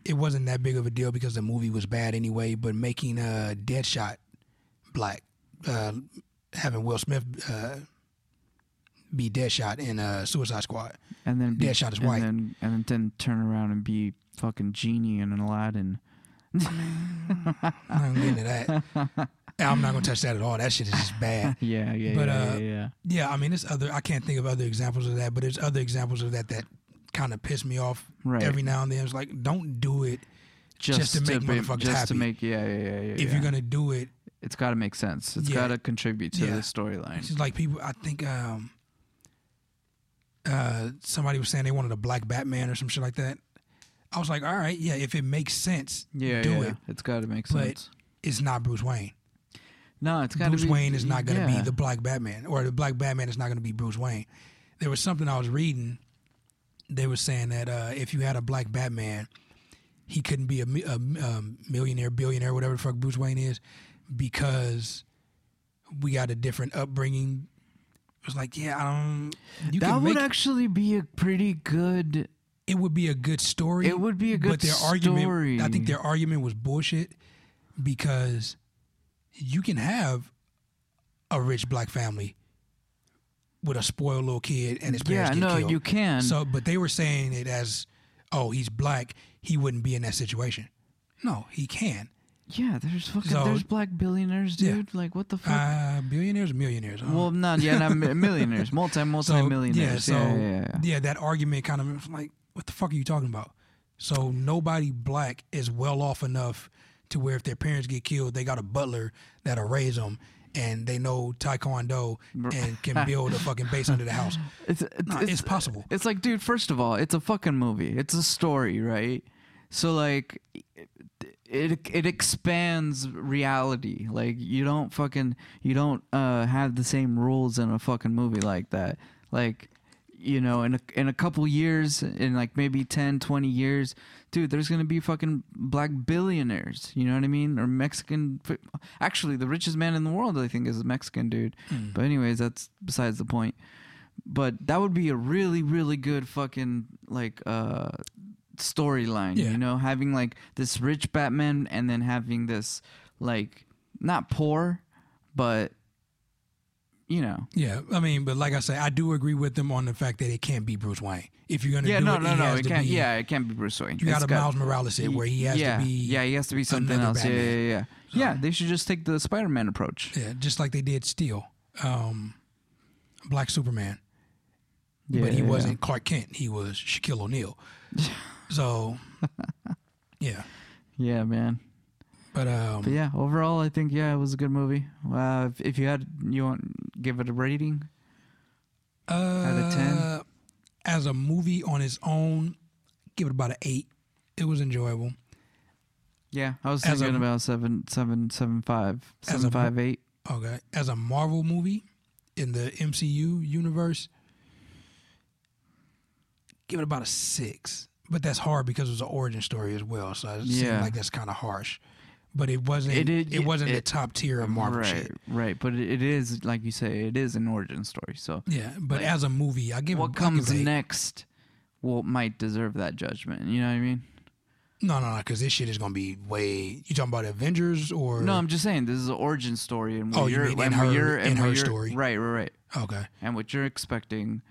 it wasn't that big of a deal because the movie was bad anyway. But making uh, Deadshot black, uh, having Will Smith uh, be Deadshot in uh, Suicide Squad,
And then be-
Deadshot is
and
white.
Then, and then, then turn around and be fucking genie and Aladdin.
I'm not getting into that.
<laughs>
And I'm not gonna touch that at all. That shit is just bad.
Yeah, yeah,
But,
yeah,
uh,
yeah, yeah.
Yeah, I mean, it's other. I can't think of other examples of that, but there's other examples of that that kind of piss me off
Right.
every now and then. It's like, don't do it just to make
be-
motherfuckers
just
happy.
to make yeah, yeah, yeah. yeah
if
yeah.
you're gonna do it.
it's got to make sense. It's
Yeah.
got to contribute to
Yeah.
the storyline.
She's like people. I think um, uh, somebody was saying they wanted a black Batman or some shit like that. I was like, all right, yeah, if it makes sense,
Yeah,
do
yeah.
it.
It's got to make
But
sense.
It's not Bruce Wayne.
No, it's got to
Bruce
be.
Wayne is not going to
yeah.
be the black Batman, or the black Batman is not going to be Bruce Wayne. There was something I was reading. They were saying that uh, if you had a black Batman, he couldn't be a, mi- a, um, millionaire, billionaire, whatever the fuck Bruce Wayne is, because we got a different upbringing. It was like, yeah, I don't. You
That
can
would
make,
actually be a pretty good.
it would be a good story.
It would be a good
but their
story.
argument, I think their argument was bullshit because you can have a rich black family with a spoiled little kid and his
Yeah,
parents get
no,
killed.
you can.
So, but they were saying it as oh, he's black, he wouldn't be in that situation. No, he can.
Yeah, there's fucking
So-
there's black billionaires,
Yeah.
dude. Like what the fuck?
Uh, billionaires, or millionaires. I don't
well, not yeah,
<laughs>
not mi- millionaires, multi multi millionaires.
Yeah, so
yeah, yeah, yeah.
that argument kind of it's like, what the fuck are you talking about? So nobody black is well off enough to where if their parents get killed, they got a butler that'll raise them, and they know taekwondo and
<laughs>
can build a fucking base under the house.
It's it's,
Nah, it's, possible.
It's like, dude, first of all, it's a fucking movie. It's a story, right? So like it it expands reality. Like you don't fucking you don't uh have the same rules in a fucking movie like that. Like you know, in a, in a couple years, in like maybe 10, 20 years, dude, there's going to be fucking black billionaires. You know what I mean? Or Mexican. Actually, the richest man in the world, I think, is a Mexican dude. But, anyways, that's besides the point but that would be a really really good fucking like uh storyline
Yeah.
you know having like this rich batman and then having this like not poor but you know
Yeah, I mean, but like I say, I do agree with them on the fact that it can't be Bruce Wayne. If you're gonna
yeah
do
no
it,
no
it
no
has
it
to
can't
be.
yeah it can't be bruce wayne
You
It's
got a
got-
Miles Morales it where he has
yeah,
to be.
yeah he has to be something
another
else yeah
Batman.
yeah yeah yeah they should just take the spider-man approach
Yeah, just like they did Steel, um, Black Superman.
yeah,
but he
yeah, yeah.
wasn't Clark Kent. He was Shaquille O'Neal.
<laughs>
so, yeah.
yeah man
But um,
but yeah overall i think yeah it was a good movie uh if, if you had you want give it a rating
uh, out
of 10?
as a movie on its own, give it about an eight. It was enjoyable.
Yeah, I was
As
thinking
a-
about seven, seven, seven, five,
As a-
seven, five, eight.
Okay, as a Marvel movie in the MCU universe, give it about a six. But that's hard because it was an origin story as well, so it seemed
Yeah.
like that's kind of harsh. But it wasn't.
It
It,
did-
wasn't the
it-
top tier of Marvel
right,
shit.
right. But it, it is like you say, it is an origin story. So
Yeah, but
Like,
as a movie, Mm, I give it.
what
I give
comes
it an eight.
next will might deserve that judgment. You know what I mean?
No, no, no, because this shit is gonna be way. You talking about Avengers or
No, I'm just saying this is an origin story, and what
Oh, you
you're,
mean in
and what
her-
you're, and
in
what
her
you're-
story.
right, right, right.
Okay,
And what you're expecting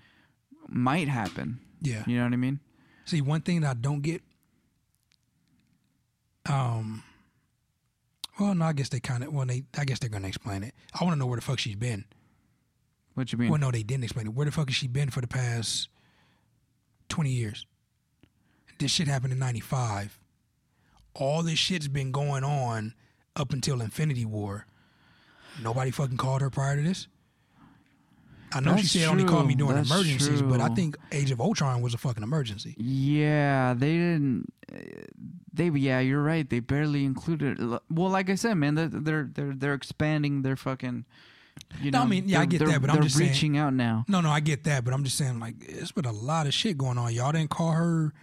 might happen.
yeah.
You know what I mean?
See, one thing that I don't get. Um. Well, no, I guess they kind of. Well, they. I guess they're gonna explain it. I want to know where the fuck she's been.
What you mean?
Well, no, they didn't explain it. Where the fuck has she been for the past twenty years? This shit happened in '95. All this shit's been going on up until Infinity War. Nobody fucking called her prior to this. I know she
That's
said only called me
true.
during
That's
emergencies, but I
true.
think Age of Ultron was a fucking emergency.
Yeah, they didn't. They yeah, you're right. They barely included. Well, like I said, man, they're they're they're, they're expanding their fucking. You
No,
know,
I mean, yeah, I
they're-
get
they're-
that, but I'm
they're
just saying-
reaching out now.
No, no, I get that, but I'm just saying, like, it's been a lot of shit going on. Y'all didn't call her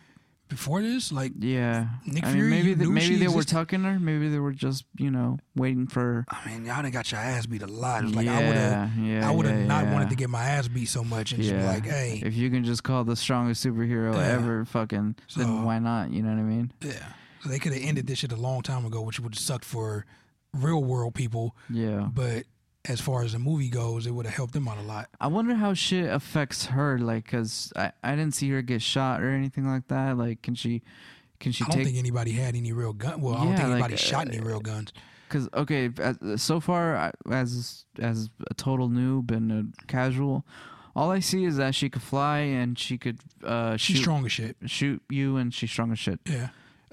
before this, like,
Yeah,
Nick
I mean,
Fury,
maybe
you
they,
knew
maybe
she
they were
existed?
tucking her. Maybe they were just you know waiting for.
I mean, y'all done got your ass beat a lot. It's like I would
yeah,
have,
yeah,
I would have
yeah,
not
yeah.
wanted to get my ass beat so much and just be
Yeah.
like, hey,
If you can just call the strongest superhero
Yeah.
ever, fucking,
So-
then why not? You know what I mean?
yeah. So they could have ended this shit a long time ago, which would have sucked for real world people.
Yeah.
But as far as the movie goes, it would have helped them out a lot.
I wonder how shit affects her, like, cause I, I didn't see her get shot or anything like that. Like, can she, can she
I don't
take?
think anybody had any real gun. Well, I don't
Yeah,
think
like,
anybody shot
uh,
any real guns.
Cause okay, as, so far I- as as a total noob and a casual, all I see is that she could fly and she could uh
She's
shoot
strong as shit.
shoot you and she's strong as shit.
Yeah.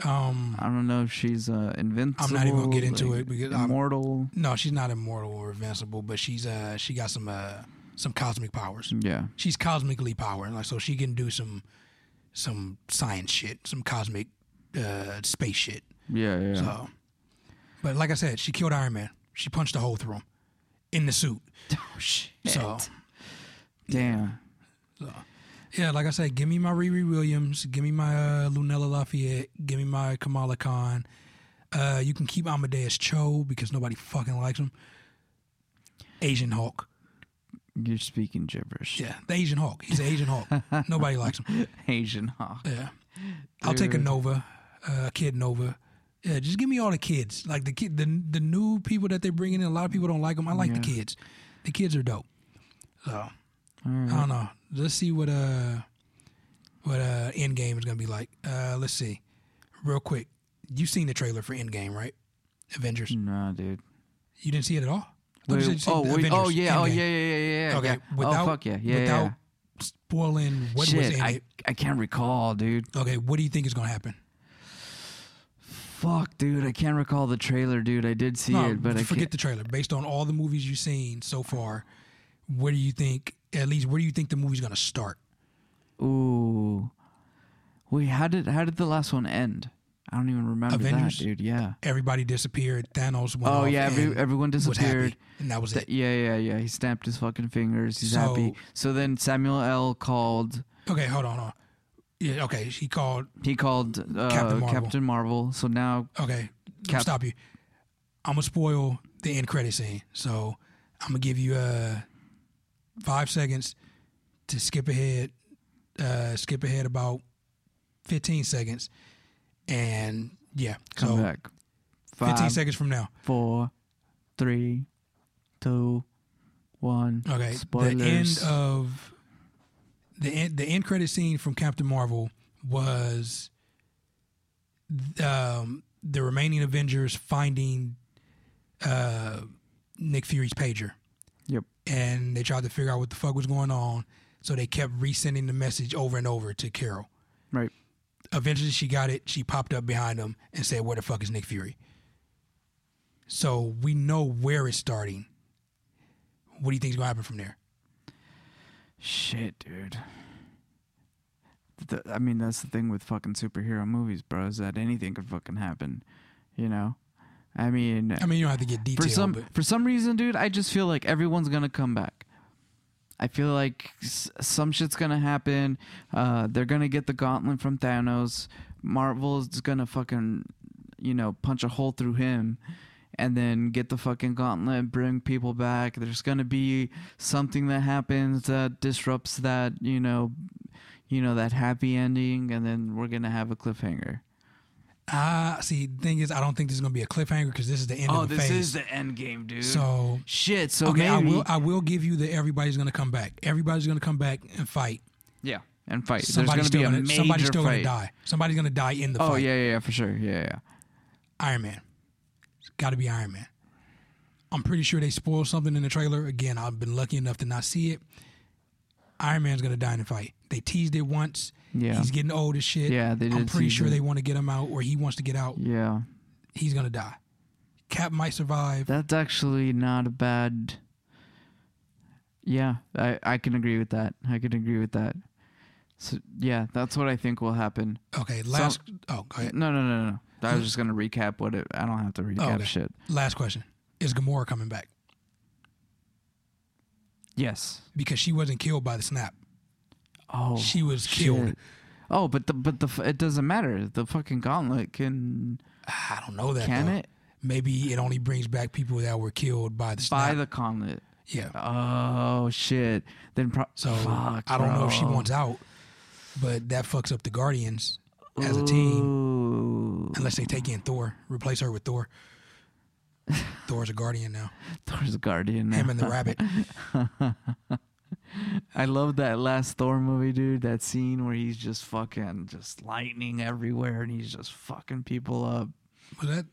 Um.
I don't know if she's uh invincible.
even gonna get into
like,
it because I'm-
immortal.
No, she's not immortal or invincible, but she's uh she got some uh some cosmic powers.
yeah,
she's cosmically powered, like so she can do some some science shit, some cosmic uh, space shit.
yeah, yeah.
So, but like I said, she killed Iron Man. She punched a hole through him in the suit.
<laughs> oh shit!
So,
Damn.
yeah, like I said, give me my Riri Williams, give me my uh, Lunella Lafayette, give me my Kamala Khan. Uh, you can keep Amadeus Cho because nobody fucking likes him. Asian Hulk.
You're speaking gibberish.
Yeah, the Asian Hulk. He's the Asian Hulk. Nobody likes him.
<laughs> Asian hawk.
Yeah. I'll take a
Mm. Dude.
Nova, uh, a kid Nova. Yeah, just give me all the kids. Like the kid, the the new people that they're bringing in. A lot of people don't like them. I like the
Yeah.
kids. The kids are dope. So
All right.
I don't know. Let's see what uh But uh, Endgame is gonna be like, uh, let's see, real quick. You seen the trailer for Endgame, right? Avengers.
Nah, dude.
You didn't see it at all. I thought you
Wait,
said you seen
oh,
the
wait, oh
Avengers
yeah, oh
Endgame.
yeah, yeah, yeah, yeah.
Okay,
yeah.
without-
oh fuck yeah, yeah,
without
yeah.
spoiling what was
Shit,
in
I
it.
I can't recall, dude.
Okay, what do you think is gonna happen?
Fuck, dude, I can't recall the trailer, dude. I did see it, but I
forget
can't.
the trailer. Based on all the movies you've seen so far, where do you think at least where do you think the movie's gonna start?
Ooh, wait, how did how did the last one end? I don't even remember
Avengers?
that, dude. Yeah.
Everybody disappeared. Thanos went.
Oh
off
yeah, every,
and
everyone
was happy,
disappeared.
and that was
Th-
it.
yeah, yeah, yeah. He snapped his fucking fingers. He's
So-
happy. So then Samuel L. called.
Okay, hold on. Hold on. Yeah, okay, she called.
He called uh,
Captain
Captain,
Marvel.
Marvel. So now,
Okay,
Cap-
stop you. I'm gonna spoil the end credit scene, so I'm gonna give you uh five seconds to skip ahead, uh, skip ahead about 15 seconds, and yeah, so
come back.
15
Five,
seconds from now.
four, three, two, one.
Okay. The end
Spoilers.
of the end, the end credit scene from Captain Marvel was um, the remaining Avengers finding uh, Nick Fury's pager,
Yep.
and they tried to figure out what the fuck was going on. So they kept resending the message over and over to Carol.
Right.
Eventually, she got it. She popped up behind him and said, "Where the fuck is Nick Fury?" So we know where it's starting. What do you think is gonna happen from there?
Shit, dude. Th I mean, that's the thing with fucking superhero movies, bro. Is that anything could fucking happen, you know? I mean,
I mean, you don't have to get detailed.
for some
but
for some reason, dude, I just feel like everyone's gonna come back. I feel like s- some shit's gonna happen. Uh, they're gonna get the gauntlet from Thanos. Marvel's gonna fucking, you know, punch a hole through him, and then get the fucking gauntlet, bring people back. There's gonna be something that happens that disrupts that, you know, you know that happy ending, and then we're gonna have a cliffhanger.
ah, see, the thing is, I don't think this is gonna be a cliffhanger because this is the end
Oh,
of the
this
phase.
is the end game, dude.
so
shit. So
okay, I
maybe-
will. I will give you that everybody's gonna come back. Everybody's gonna come back and fight.
Yeah, and fight.
Somebody's
There's going
still
to be a
gonna.
major
Somebody's still
fight.
gonna die. Somebody's gonna die in the
Oh
fight.
yeah, yeah, yeah, for sure. Yeah, yeah.
Iron Man. It's got to be Iron Man. I'm pretty sure they spoiled something in the trailer. Again, I've been lucky enough to not see it. Iron Man's gonna die in the fight. They teased it once.
Yeah.
He's getting old as shit.
Yeah, they
I'm
did
pretty
tease
sure
it.
they want to get him out, or he wants to get out.
Yeah.
He's gonna die. Cap might survive.
That's actually not a bad. Yeah, I I can agree with that. I can agree with that. So yeah, that's what I think will happen.
Okay, last. oh, go ahead.
No, no, no, no. I was just gonna recap what it. I don't have to recap
okay.
shit.
Last question: Is Gamora coming back?
Yes.
Because she wasn't killed by the snap.
Oh.
She was
shit.
killed.
Oh, but the but the f- it doesn't matter. The fucking gauntlet can
Ah, I don't know that.
can
though.
it
Maybe it only brings back people that were killed by the snap.
buy the gauntlet.
yeah.
Oh shit! Then pro-
So
fuck,
I don't know if she
bro.
wants out, but that fucks up the Guardians as a team
Ooh.
unless they take in Thor, replace her with Thor. <laughs> Thor's a guardian now.
<laughs> Thor's Guardian.
Him
<laughs>
and the rabbit.
I love that last Thor movie, dude. That scene where he's just fucking just lightning everywhere and he's just fucking people up.
Was that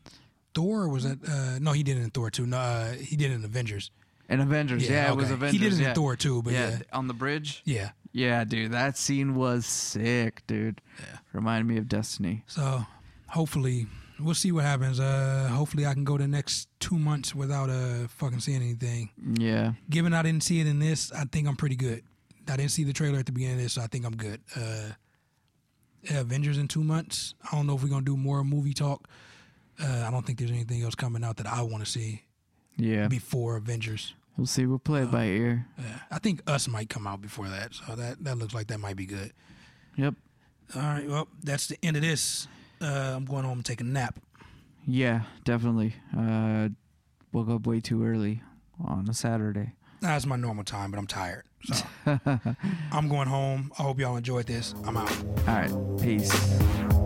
Thor? Or was that uh, no? He did it in Thor too. No, uh, he did it in Avengers.
And Avengers, yeah, it was
okay.
Avengers.
He did it in
yeah.
Thor too, but
yeah,
yeah,
th- on the bridge.
yeah.
Yeah, dude, that scene was sick, dude. Yeah. Reminded me of Destiny.
So hopefully we'll see what happens. Uh, hopefully I can go the next two months without uh fucking seeing anything.
Yeah,
Given I didn't see it in this, I think I'm pretty good. I didn't see the trailer at the beginning of this, so I think I'm good. Uh, Avengers in two months. I don't know if we're gonna do more movie talk. Uh, I don't think there's anything else coming out that I want to see
yeah.
before Avengers.
We'll see. We'll play it by
Uh,
ear.
Yeah. I think Us might come out before that, so that that looks like that might be good.
Yep.
All right, well that's the end of this. Uh, I'm going home and take a nap.
Yeah, definitely. Uh, woke up way too early on a Saturday.
That's my normal time, but I'm tired. So I'm going home. I hope y'all enjoyed this. I'm out.
All right, peace.